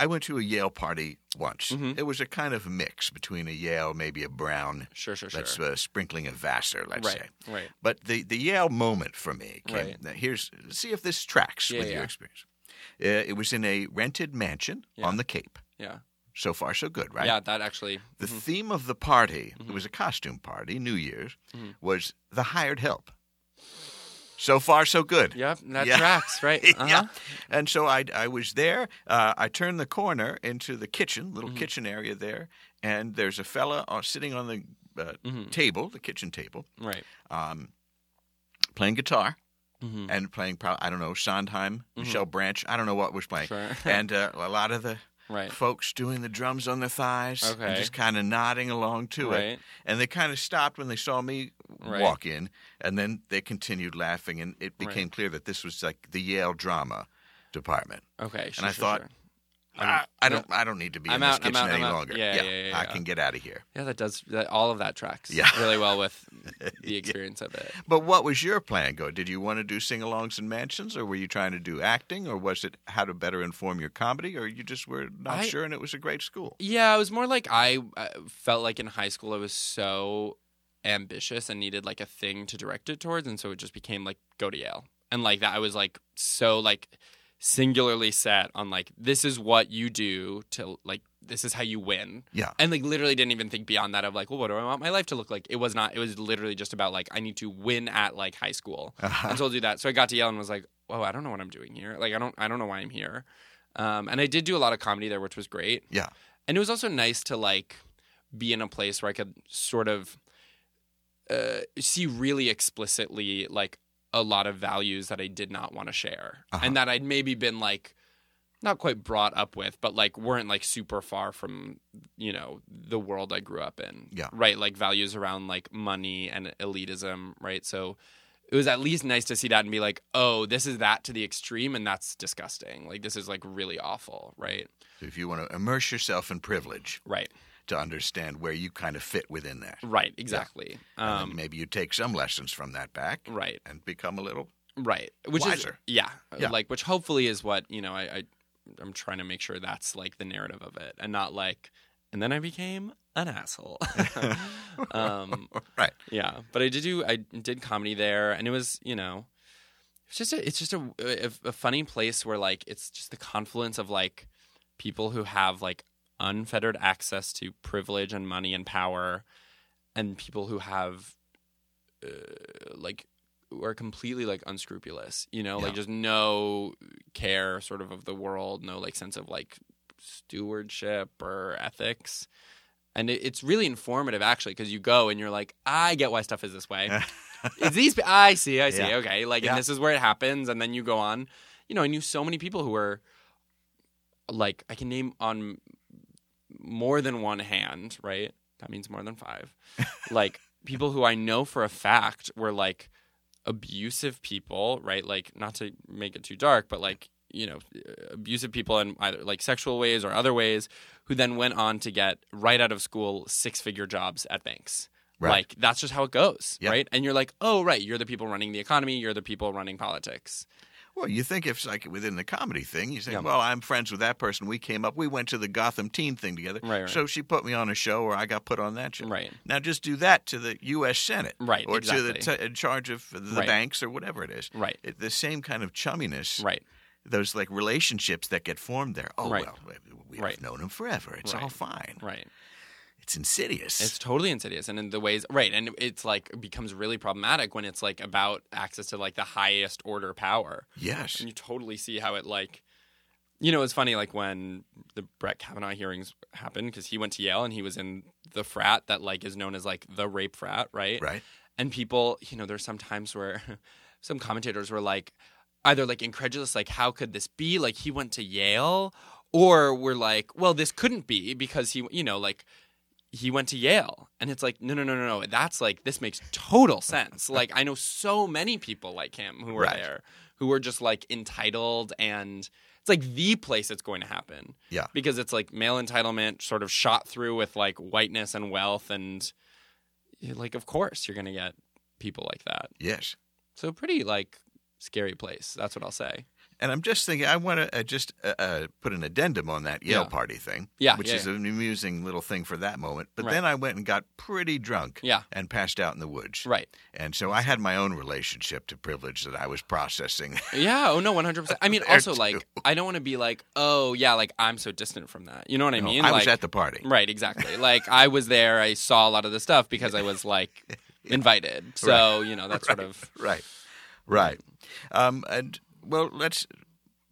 A: I went to a Yale party once.
B: Mhm.
A: It was a kind of mix between a Yale, maybe a Brown,
B: sure, sure, sure.
A: that's a sprinkling of Vassar, let's
B: right,
A: say.
B: right.
A: But the, the Yale moment for me came.
B: Right.
A: now Here's see if this tracks
B: Yeah,
A: with
B: yeah.
A: your experience. Uh, it was in a rented mansion
B: Yeah.
A: on the Cape.
B: Yeah,
A: So far, so good, right?
B: yeah. That actually.
A: The
B: mhm.
A: theme of the party,
B: Mhm.
A: it was a costume party, New Year's,
B: Mhm.
A: was the hired help. So far, so good.
B: Yep, that
A: Yeah.
B: tracks. Right. Uh-huh.
A: yeah. And so I, I was there. Uh, I turned the corner into the kitchen, little
B: Mhm.
A: kitchen area there, and there's a fella uh, sitting on the uh,
B: Mhm.
A: table, the kitchen table,
B: Right.
A: um, playing guitar
B: Mhm.
A: and playing, pro- I don't know, Sondheim,
B: Mhm.
A: Michelle Branch, I don't know what was playing.
B: Sure.
A: and uh, a lot of the
B: right.
A: folks doing the drums on their thighs and
B: Eh. Okay.
A: just kind of nodding along to it.
B: right.
A: And they kind of stopped when they saw me
B: Right.
A: walk in, and then they continued laughing, and it
B: Right.
A: became clear that this was like the Yale drama department.
B: Okay. Sure,
A: I
B: sure,
A: thought,
B: sure. I'm-
A: Ah, I don't. I don't need to be
B: I'm
A: in this
B: out, I'm
A: kitchen
B: out,
A: any
B: I'm out.
A: longer.
B: Yeah, yeah, yeah,
A: I
B: yeah.
A: can get out of here.
B: Yeah, that does. That, all of that tracks.
A: Yeah.
B: Really well with the
A: Yeah.
B: experience of it.
A: But what was your plan? Go? Did you want to do sing-alongs and mansions, or were you trying to do acting, or was it how to better inform your comedy, or you just were not
B: I-
A: sure and it was a great school?
B: Yeah, it was more like I uh, felt like in high school I was so ambitious and needed like a thing to direct it towards, and so it just became like go to Yale, and like that I was like so like singularly set on like this is what you do to like this is how you win.
A: Yeah.
B: and like literally didn't even think beyond that of like well what do I want my life to look like? It was not. It was literally just about like I need to win at like high school.
A: Uh-huh.
B: And so I'll do that. So I got to Yale and was like, "Whoa, I don't know what I'm doing here. Like, I don't, I don't know why I'm here." Um, and I did do a lot of comedy there, which was great.
A: Yeah.
B: and it was also nice to like be in a place where I could sort of uh, see really explicitly like a lot of values that I did not want to share,
A: Uh-huh.
B: and that I'd maybe been like not quite brought up with, but like weren't like super far from you know the world I grew up in.
A: Yeah.
B: right. Like values around like money and elitism. Right, so it was at least nice to see that and be like, oh, this is that to the extreme, and that's disgusting. Like this is like really awful, right?
A: So if you want to immerse yourself in privilege
B: Right,
A: to understand where you kind of fit within that,
B: right, exactly.
A: And then
B: Um,
A: maybe you take some lessons from that back
B: right,
A: and become a little.
B: right. Which
A: Wiser.
B: is yeah,
A: Yeah.
B: like which hopefully is what you know. I, I I'm trying to make sure that's like the narrative of it, and not like, and then I became an asshole. um,
A: Right.
B: Yeah, but I did do I did comedy there, and it was you know, it's just a, it's just a, a a funny place where like it's just the confluence of like people who have like unfettered access to privilege and money and power, and people who have uh, like who are completely like unscrupulous, you know,
A: Yeah.
B: like just no care sort of of the world, no like sense of like stewardship or ethics and it, it's really informative actually because you go and you're like i get why stuff is this way it's these pe- i see i see
A: Yeah.
B: okay like
A: Yeah.
B: and this is where it happens and then you go on you know i knew so many people who were like i can name on more than one hand right that means more than five like people who i know for a fact were like abusive people right like not to make it too dark but like you know abusive people in either like sexual ways or other ways who then went on to get right out of school six figure jobs at banks
A: Right.
B: like that's just how it goes
A: Yeah.
B: right and you're like oh right you're the people running the economy you're the people running politics
A: Well, you think if it's like within the comedy thing, you think,
B: Yeah.
A: well, I'm friends with that person. We came up, we went to the Gotham teen thing together.
B: Right, right.
A: So she put me on a show, or I got put on that show.
B: right
A: Now just do that to the U.S. Senate,
B: Right,
A: or to the
B: exactly.
A: t- in charge of the
B: Right.
A: banks or whatever it is.
B: right
A: It, the same kind of chumminess,
B: right
A: those like relationships that get formed there. Oh
B: Right.
A: well, we- we've
B: Right.
A: known him forever. It's
B: Right.
A: all fine.
B: right
A: It's insidious.
B: It's totally insidious, and in the ways right, and it's like it becomes really problematic when it's like about access to like the highest order power,
A: yes,
B: and you totally see how it like, you know, it's funny like when the Brett Kavanaugh hearings happened because he went to Yale and he was in the frat that like is known as like the rape frat, right?
A: right.
B: And people, you know, there's some times where some commentators were like either like incredulous, like how could this be? Like he went to Yale, or were like, well, this couldn't be because he, you know, like he went to Yale. And it's like, no, no, no, no, no. That's like, this makes total sense. like, I know so many people like him who were
A: Right.
B: there who were just like entitled and it's like the place it's going to happen.
A: Yeah.
B: Because it's like male entitlement sort of shot through with like whiteness and wealth. And like, of course, you're going to get people like that.
A: Yes.
B: So, pretty like scary place. That's what I'll say.
A: And I'm just thinking, I want to uh, just uh, uh, put an addendum on that Yale
B: Yeah.
A: party thing,
B: Yeah,
A: which
B: yeah,
A: is an amusing little thing for that moment. But
B: Right.
A: then I went and got pretty drunk
B: Yeah.
A: and passed out in the woods.
B: Right.
A: And so I had my own relationship to privilege that I was processing.
B: Yeah. Oh no, one hundred percent. I mean,
A: There
B: also
A: too.
B: like, I don't want to be like, oh yeah, like I'm so distant from that. You know what I mean?
A: I
B: like,
A: was at the party.
B: right, exactly. like I was there. I saw a lot of the stuff because I was like invited. So you know, that's sort of
A: Right. Right. Um, and well, let's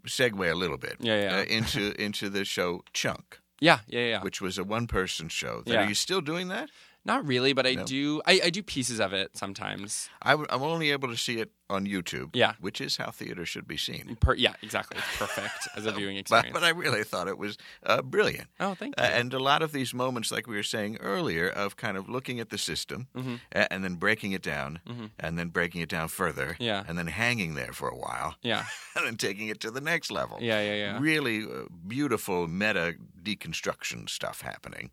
A: segue a little bit
B: Yeah, yeah.
A: Uh, into into the show Chunk,
B: yeah, yeah, yeah.
A: which was a one person show. That-
B: Yeah.
A: Are you still doing that?
B: Not really, but I
A: No.
B: do. I, I do pieces of it sometimes.
A: I, am only able to see it on YouTube.
B: Yeah.
A: Which is how theater should be seen.
B: Per, yeah, exactly. It's perfect as a viewing
A: But,
B: experience.
A: but I really thought it was uh, brilliant.
B: oh, thank
A: Uh,
B: you.
A: and a lot of these moments, like we were saying earlier, of kind of looking at the system
B: Mm-hmm.
A: a- and then breaking it down and then breaking it down further
B: Yeah.
A: and then hanging there for a while
B: yeah,
A: and then taking it to the next level.
B: yeah, yeah, yeah.
A: Really uh, beautiful meta deconstruction stuff happening,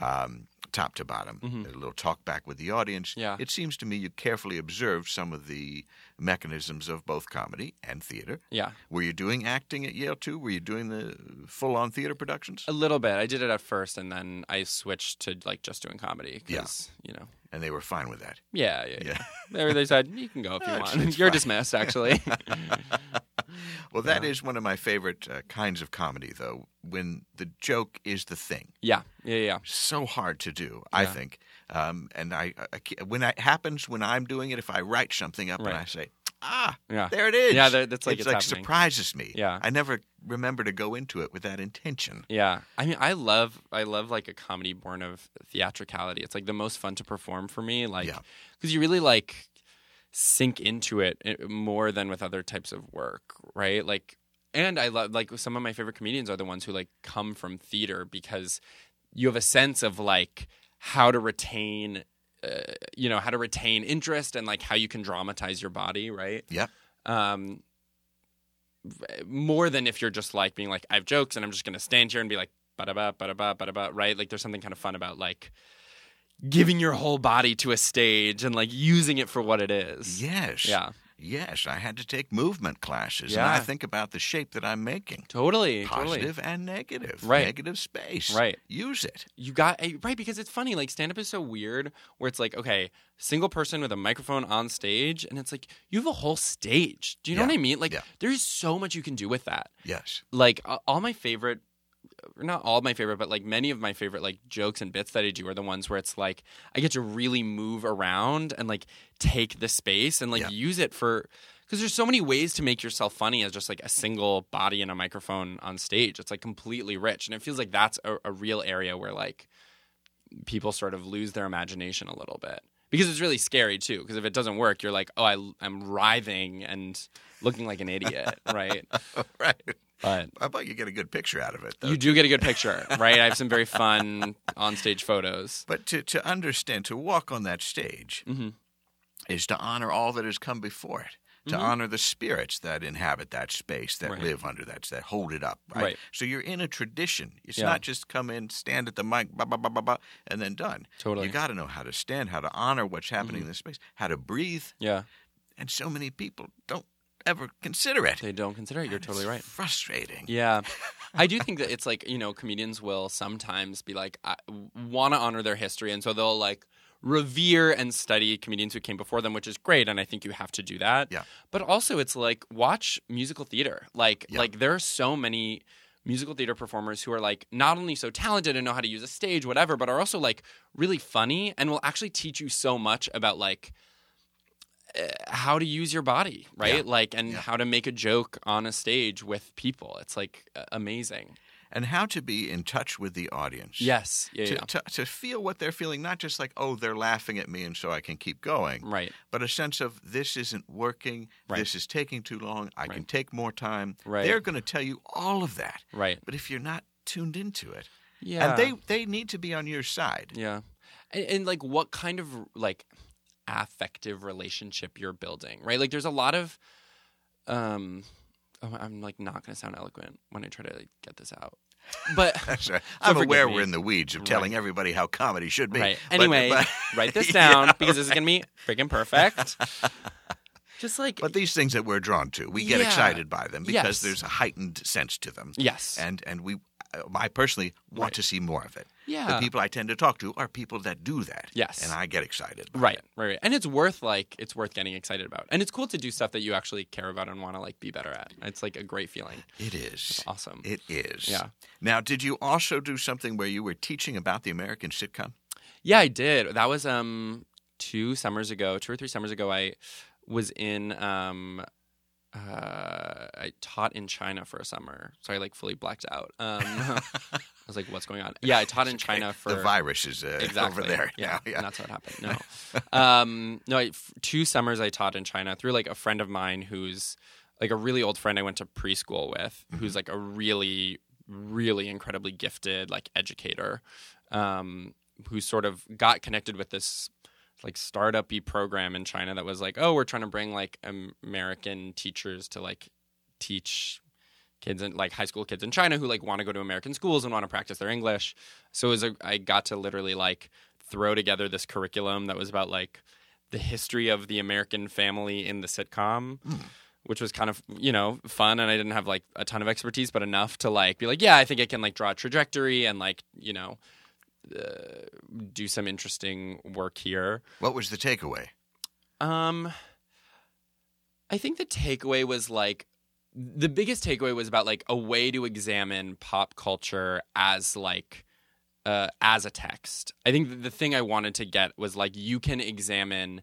A: um, top to bottom. A little talk back with the audience.
B: Mm-hmm. Yeah.
A: It seems to me you carefully observed some of the mechanisms of both comedy and theater.
B: yeah.
A: Were you doing acting at Yale too? Were you doing the full on theater productions?
B: A little bit. I did it at first, and then I switched to like just doing comedy. 'cause, You know.
A: And they were fine with that.
B: Yeah, yeah,
A: Yeah.
B: yeah. They, they said you can go if you
A: That's-
B: want.
A: that's
B: You're
A: fine.
B: dismissed, actually.
A: Well, that is one of my favorite uh, kinds of comedy, though, when the joke is the thing.
B: yeah, yeah, yeah.
A: So hard to do, I think. Um, and I, I ca- when it happens, when I'm doing it, if I write something up and
B: Right.
A: I say, ah,
B: Yeah.
A: there it is.
B: Yeah, there- that's like
A: it's,
B: it's
A: like
B: happening.
A: surprises me.
B: Yeah.
A: I never remember to go into it with that intention.
B: Yeah. I mean, I love I love like a comedy born of theatricality. It's like the most fun to perform for me like
A: Yeah.
B: cuz you really like sink into it eh, more than with other types of work, right? Like and I love like some of my favorite comedians are the ones who like come from theater because you have a sense of like how to retain uh, you know, how to retain interest and like how you can dramatize your body, right?
A: Yep.
B: um more than if you're just like being like I have jokes and I'm just going to stand here and be like ba ba ba ba ba ba right like there's something kind of fun about like giving your whole body to a stage and like using it for what it is.
A: Yes.
B: Yeah.
A: Yes. I had to take movement classes. And
B: Yeah.
A: I think about the shape that I'm making
B: Totally. Totally.
A: positive and negative.
B: Right.
A: Negative space.
B: Right.
A: Use it.
B: you got eh, right because it's funny like stand up is so weird where it's like okay single person with a microphone on stage and it's like you have a whole stage do you know
A: Yeah.
B: what i mean like
A: Yeah.
B: there's so much you can do with that
A: Yes.
B: like a- all my favorite uh, not all my favorite but like many of my favorite like jokes and bits that i do are the ones where it's like i get to really move around and like take the space and like
A: Yeah.
B: use it for because there's so many ways to make yourself funny as just like a single body and a microphone on stage it's like completely rich and it feels like that's a, a real area where like people sort of lose their imagination a little bit because it's really scary too because if it doesn't work you're like oh I, i'm writhing and looking like an idiot right
A: Right.
B: but
A: I bet you get a good picture out of it, though.
B: you do get a good picture, right? I have some very fun onstage photos.
A: but to, to understand, to walk on that stage
B: Mm-hmm.
A: is to honor all that has come before it. To honor the spirits that inhabit that space, that
B: Mm-hmm. Right.
A: live under that, that hold it up, right?
B: Right.
A: So you're in a tradition. It's
B: Yeah.
A: not just come in, stand at the mic, ba ba ba ba ba, and then done.
B: Totally. Mm-hmm.
A: You got to know how to stand, how to honor what's happening in the space, how to breathe,
B: Yeah,
A: and so many people don't ever consider it.
B: they don't consider it. You're totally right.
A: Frustrating.
B: Yeah. I do think that it's like, you know, comedians will sometimes be like, I want to honor their history. And so they'll like revere and study comedians who came before them, which is great. And I think you have to do that.
A: Yeah.
B: But also, it's like, watch musical theater. Like,
A: Yeah.
B: like there are so many musical theater performers who are like not only so talented and know how to use a stage, whatever, but are also like really funny and will actually teach you so much about like, how to use your body, right?
A: Yeah.
B: Like, and
A: Yeah.
B: how to make a joke on a stage with people. It's like a- amazing.
A: And how to be in touch with the audience.
B: Yes. Yeah.
A: to,
B: yeah.
A: to, to feel what they're feeling, not just like, oh, they're laughing at me and so I can keep going,
B: Right.
A: but a sense of this isn't working,
B: Right.
A: this is taking too long, I can take more time.
B: Right.
A: They're going to tell you all of that.
B: Right.
A: But if you're not tuned into it,
B: Yeah.
A: And they they need to be on your side.
B: Yeah. And, and like what kind of like affective relationship you're building, right? Like there's a lot of um oh, I'm like not going to sound eloquent when I try to like, get this out. But
A: That's right. I'm
B: forgive
A: aware
B: me.
A: we're in the weeds of telling everybody how comedy should be.
B: right.
A: but-
B: Anyway,
A: but,
B: write this
A: Yeah,
B: down because this is going to be freaking perfect. Just like
A: but these things that we're drawn to, we get
B: Yeah.
A: excited by them because
B: Yes.
A: there's a heightened sense to them.
B: yes.
A: And and we, uh, I personally want to see more of it.
B: yeah.
A: The people I tend to talk to are people that do that.
B: Yes.
A: And I get excited. by
B: Right,
A: it.
B: right, right. And it's worth like it's worth getting excited about. And it's cool to do stuff that you actually care about and want to like be better at. It's like a great feeling.
A: It is.
B: Awesome.
A: It is.
B: Yeah.
A: Now, did you also do something where you were teaching about the American sitcom?
B: Yeah, I did. That was um two summers ago, two or three summers ago. I was in um uh I taught in China for a summer, so I like fully blacked out. Um, I was like, what's going on? Yeah, I taught in China for
A: the virus is uh,
B: exactly
A: over there
B: Yeah,
A: now.
B: and that's what happened. No, um, no. I, f- two summers I taught in China through like a friend of mine who's like a really old friend I went to preschool with,
A: Mm-hmm.
B: who's like a really, really incredibly gifted like educator, um, who sort of got connected with this like startup y program in China that was like, oh, we're trying to bring like Am- American teachers to like teach kids in like high school kids in China who like want to go to American schools and want to practice their English. So it was a, I got to literally like throw together this curriculum that was about like the history of the American family in the sitcom. Which was kind of you know fun, and I didn't have like a ton of expertise, but enough to like be like, yeah, I think I can like draw a trajectory and like you know uh, do some interesting work here.
A: What was the takeaway?
B: Um, I think the takeaway was like the biggest takeaway was about like a way to examine pop culture as like uh, as a text. I think th- the thing I wanted to get was like you can examine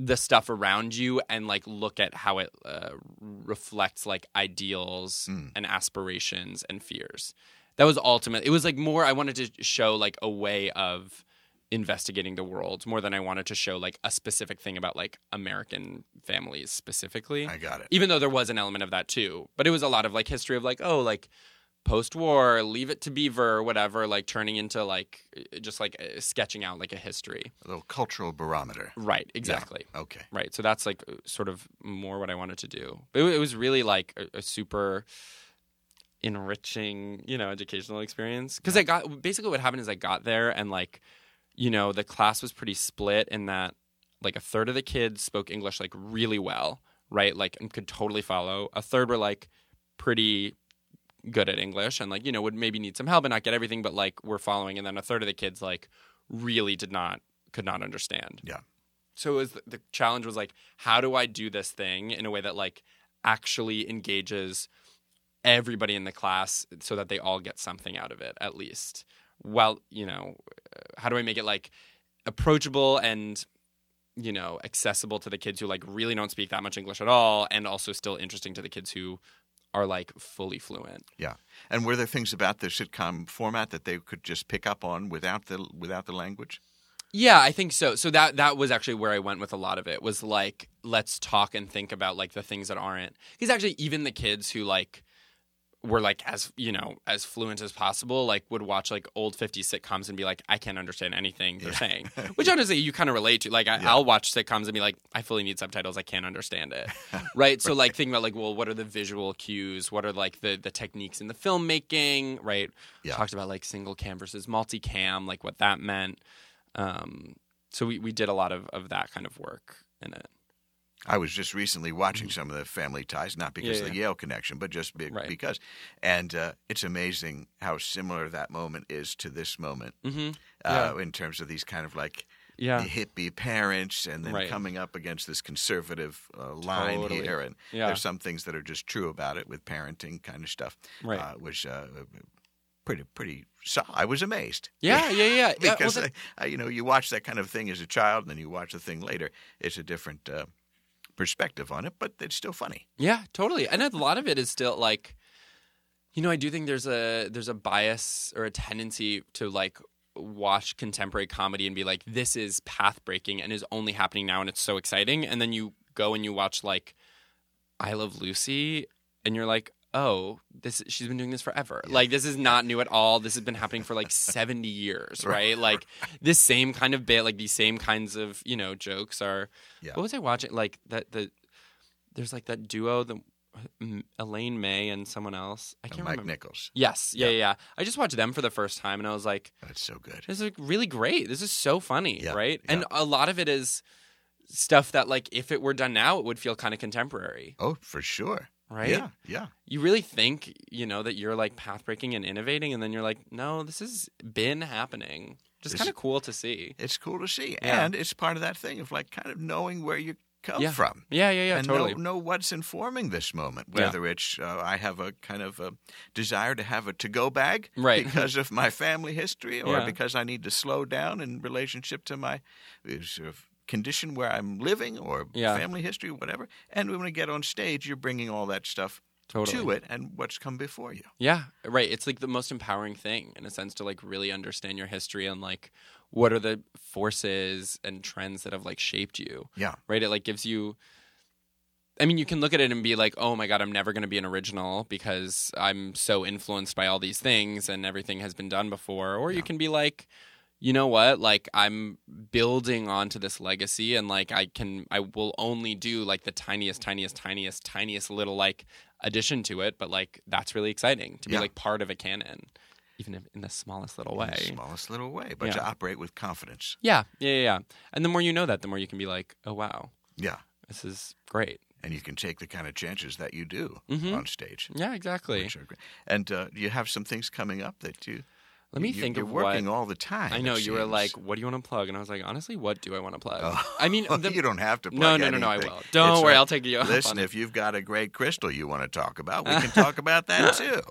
B: the stuff around you and like look at how it uh, reflects like ideals
A: Mm.
B: and aspirations and fears. That was ultimate. It was like more. I wanted to show like a way of investigating the world more than I wanted to show like a specific thing about like American families specifically
A: I got it.
B: even though there was an element of that too but it was a lot of like history of like oh like post-war leave it to beaver whatever like turning into like uh, just like uh, sketching out like a history
A: A little cultural barometer.
B: right exactly
A: Okay.
B: right so that's like uh, sort of more what i wanted to do but it it was really like a, a super enriching you know educational experience because i got basically what happened is i got there and like you know the class was pretty split in that like a third of the kids spoke english like really well right like and could totally follow a third were like pretty good at english and like you know would maybe need some help and not get everything but like were following and then a third of the kids like really did not could not understand
A: Yeah.
B: so it was the challenge was like how do i do this thing in a way that like actually engages everybody in the class so that they all get something out of it at least well you know uh, how do i make it like approachable and you know accessible to the kids who like really don't speak that much english at all and also still interesting to the kids who are like fully fluent
A: Yeah. And were there things about the sitcom format that they could just pick up on without the without the language?
B: Yeah, I think so. So that that was actually where I went with a lot of it was like let's talk and think about like the things that aren't. Because actually even the kids who like were like as you know as fluent as possible like would watch like old 50s sitcoms and be like I can't understand anything they're saying which honestly you kind of relate to like I, I'll watch sitcoms and be like I fully need subtitles I can't understand it right so like thinking about like well what are the visual cues what are like the the techniques in the filmmaking right
A: Yeah.
B: talked about like single cam versus multicam like what that meant um, so we, we did a lot of, of that kind of work in it.
A: I was just recently watching some of the Family Ties, not because
B: Mm. Yeah,
A: of the Yale connection, but just be-
B: Right.
A: because. And uh, it's amazing how similar that moment is to this moment
B: Mm-hmm.
A: uh, in terms of these kind of like
B: Yeah.
A: the hippie parents and then
B: Right.
A: coming up against this conservative uh, line
B: Totally.
A: here. And
B: Yeah.
A: there's some things that are just true about it with parenting kind of stuff,
B: Right.
A: uh, which uh, pretty, pretty, so- I was amazed.
B: yeah. Yeah. Yeah. Yeah. Well,
A: because
B: that-
A: I, I, you know you watch that kind of thing as a child, and then you watch the thing later. It's a different uh, perspective on it, but it's still funny.
B: yeah. Totally. And a lot of it is still like, you know, I do think there's a there's a bias or a tendency to like watch contemporary comedy and be like, this is path breaking and is only happening now and it's so exciting. And then you go and you watch like I Love Lucy and you're like, oh, this she's been doing this forever. Like this is not new at all. This has been happening for like 70 years, right? Like this same kind of bit, like these same kinds of, you know, jokes are
A: Yeah.
B: What was I watching? Like that the there's like that duo the mm, Elaine May and someone else. I can't
A: Mike
B: remember.
A: Nichols.
B: Yes, yeah, yeah, yeah. I just watched them for the first time, and I was like,
A: That's so good.
B: "This is really great. This is so funny,
A: Yeah,
B: right?"
A: yeah.
B: And a lot of it is stuff that, like, if it were done now, it would feel kind of contemporary,
A: Oh, for sure.
B: right?
A: Yeah, yeah.
B: you really think you know that you're like path breaking and innovating and then you're like no this has been happening just
A: This-
B: kind of cool to see
A: It's cool to see,
B: Yeah.
A: and it's part of that thing of like kind of knowing where you come
B: Yeah.
A: from.
B: yeah yeah yeah
A: and
B: totally
A: know, know what's informing this moment.
B: Yeah.
A: Whether it's uh, I have a kind of a desire to have a to-go bag
B: Right.
A: because of my family history, or
B: Yeah.
A: because I need to slow down in relationship to my uh, sort of condition where I'm living, or
B: Yeah.
A: family history, whatever. And when we get on stage, you're bringing all that stuff
B: totally
A: to it and what's come before you.
B: yeah right it's like the most empowering thing in a sense to like really understand your history and like what are the forces and trends that have like shaped you
A: Yeah.
B: right it like gives you I mean, you can look at it and be like, "Oh my god, I'm never going to be an original because I'm so influenced by all these things and everything has been done before." Or you
A: Yeah.
B: can be like, "You know what? Like I'm building onto this legacy and like I can I will only do like the tiniest tiniest tiniest tiniest little like addition to it, but like that's really exciting to be
A: Yeah.
B: like part of a canon even if in the smallest little
A: In
B: way."
A: the smallest little way, but to
B: Yeah.
A: operate with confidence.
B: Yeah, yeah, yeah, yeah. And the more you know that, the more you can be like, "Oh wow,
A: Yeah.
B: this is great."
A: And you can take the kind of chances that you do
B: Mhm.
A: on stage.
B: Yeah, exactly.
A: which are great. And uh, you have some things coming up that you.
B: Let me
A: you-
B: think
A: you're
B: of what
A: working all the time.
B: I know
A: it
B: you were
A: seems.
B: like, "What do you want to plug?" And I was like, "Honestly, what do I want to plug?"
A: Oh.
B: I mean, the,
A: you don't have to. Plug
B: no, no, no, no, I
A: anything.
B: will. Don't
A: It's
B: worry,
A: like,
B: I'll take you. up
A: Listen,
B: on it.
A: if you've got a great crystal you want to talk about, we can talk about that too.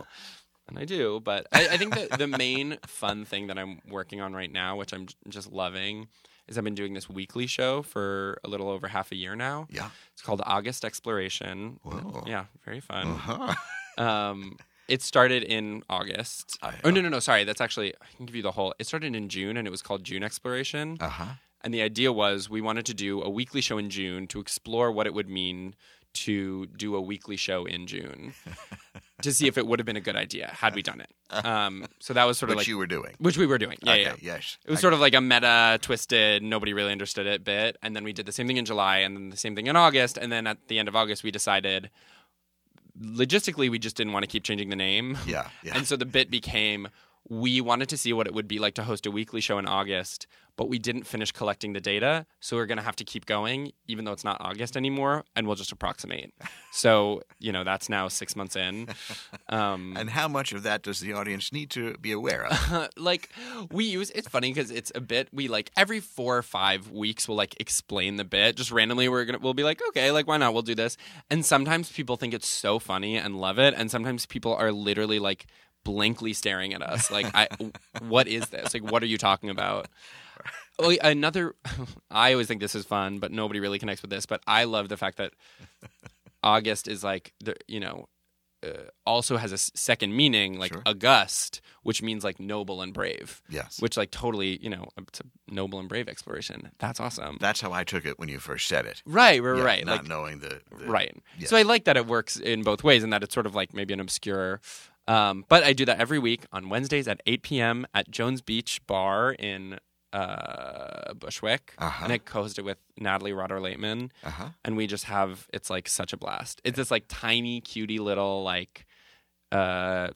B: and I do, but I, I think that the main fun thing that I'm working on right now, which I'm j- just loving, is I've been doing this weekly show for a little over half a year now.
A: Yeah.
B: It's called August Exploration.
A: Whoa.
B: Yeah, very fun.
A: Uh-huh.
B: Um, it started in August.
A: I-
B: oh no, no, no! Sorry, that's actually I can give you the whole. It started in June, and it was called June Exploration.
A: Uh huh.
B: And the idea was we wanted to do a weekly show in June to explore what it would mean to do a weekly show in June to see if it would have been a good idea had we done it. Um, so that was sort
A: Which
B: of like
A: Uh-huh. you were doing.
B: which we were doing. Yeah,
A: okay.
B: yeah.
A: Yes.
B: It was sort of like a meta, twisted, nobody really understood it bit. And then we did the same thing in July and then the same thing in August. And then at the end of August, we decided logistically, we just didn't want to keep changing the name.
A: I, yeah. Yeah.
B: And so the bit became we wanted to see what it would be like to host a weekly show in August, but we didn't finish collecting the data. So we're going to have to keep going, even though it's not August anymore, and we'll just approximate. So, you know, that's now six months in. Um,
A: and how much of that does the audience need to be aware of?
B: like we use it's funny because it's a bit we like every four or five weeks we'll like explain the bit just randomly we're gonna we'll be like okay like why not we'll do this and sometimes people think it's so funny and love it and sometimes people are literally like blankly staring at us like i what is this like what are you talking about Oh, yeah, another i always think this is fun but nobody really connects with this but i love the fact that august is like the you know uh, also has a s- second meaning like
A: Sure.
B: august which means like noble and brave
A: yes.
B: which like totally you know it's a noble and brave exploration that's awesome
A: That's how I took it when you first said it.
B: right right
A: Yeah,
B: right
A: Not
B: like
A: knowing the, the
B: right
A: yes.
B: so i like that it works in both ways and that it's sort of like maybe an obscure um, but i do that every week on wednesdays at 8 p.m at jones beach bar in uh, bushwick
A: Uh-huh.
B: and i co-host it with natalie rotter lateman
A: Uh huh.
B: and we just have it's like such a blast it's this like tiny cutie little like uh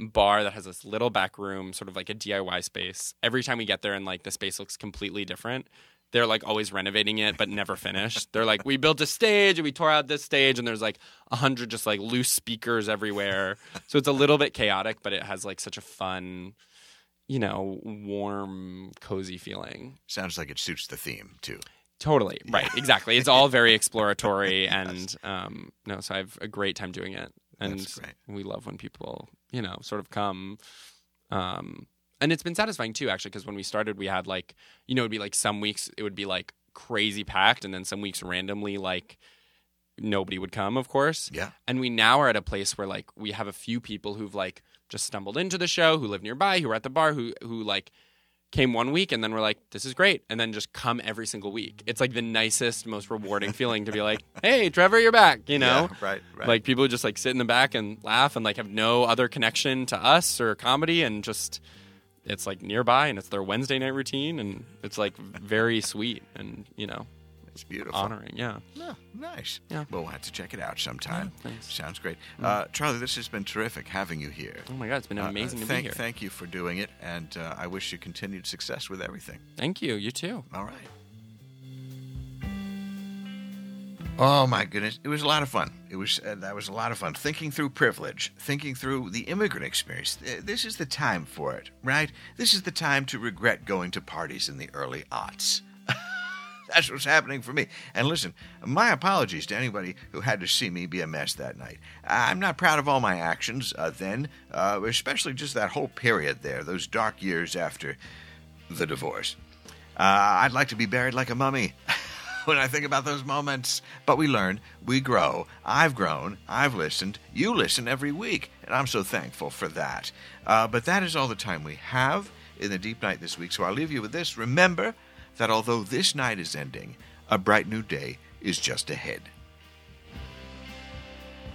B: bar that has this little back room sort of like a diy space every time we get there and like the space looks completely different they're like always renovating it but never finished they're like we built a stage and we tore out this stage and there's like a hundred just like loose speakers everywhere so it's a little bit chaotic but it has like such a fun you know warm cozy feeling
A: Sounds like it suits the theme too.
B: Totally. Right. Exactly. It's all very exploratory and um no, so I have a great time doing it. And
A: That's great.
B: we love when people, you know, sort of come um and it's been satisfying too actually because when we started we had like you know it'd be like some weeks it would be like crazy packed and then some weeks randomly like nobody would come of course
A: Yeah.
B: and we now are at a place where like we have a few people who've like just stumbled into the show who live nearby who are at the bar who who like came one week and then we're like, this is great. And then just come every single week. It's like the nicest, most rewarding feeling to be like, hey, Trevor, you're back, you know?
A: Yeah, right, right.
B: Like people who just like sit in the back and laugh and like have no other connection to us or comedy and just it's like nearby and it's their Wednesday night routine and it's like very sweet and, you know,
A: It's beautiful.
B: honoring. Yeah.
A: Yeah, nice.
B: Yeah.
A: Well, we'll have to check it out sometime.
B: thanks. Mm.
A: Sounds great. Uh, Charlie, this has been terrific having you here.
B: Oh my God, it's been
A: Uh,
B: amazing to be
A: thank,
B: here.
A: Thank you for doing it, and uh, I wish you continued success with everything.
B: Thank you. You too.
A: All right. Oh my goodness, it was a lot of fun. It was uh, that was a lot of fun. Thinking through privilege, thinking through the immigrant experience. Th- This is the time for it, right? This is the time to regret going to parties in the early aughts. That's what's happening for me. And listen, my apologies to anybody who had to see me be a mess that night. I'm not proud of all my actions uh, then, uh, especially just that whole period there, those dark years after the divorce. Uh, I'd like to be buried like a mummy when I think about those moments. But we learn, we grow. I've grown, I've listened, you listen every week, and I'm so thankful for that. Uh, but that is all the time we have in the deep night this week, so I'll leave you with this. Remember that although this night is ending, a bright new day is just ahead.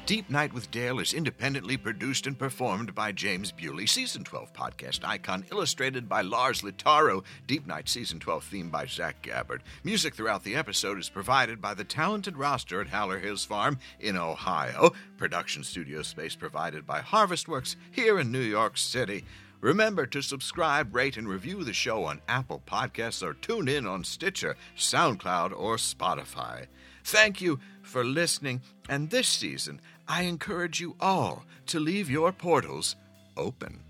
A: Deep Night with Dale is independently produced and performed by James Bewley, Season 12 podcast icon, illustrated by Lars Littaro, Deep Night Season 12 theme by Zach Gabbard. Music throughout the episode is provided by the talented roster at Howler Hills Farm in Ohio, production studio space provided by Harvestworks here in New York City. Remember to subscribe, rate, and review the show on Apple Podcasts or tune in on Stitcher, SoundCloud, or Spotify. Thank you for listening, and this season I encourage you all to leave your portals open.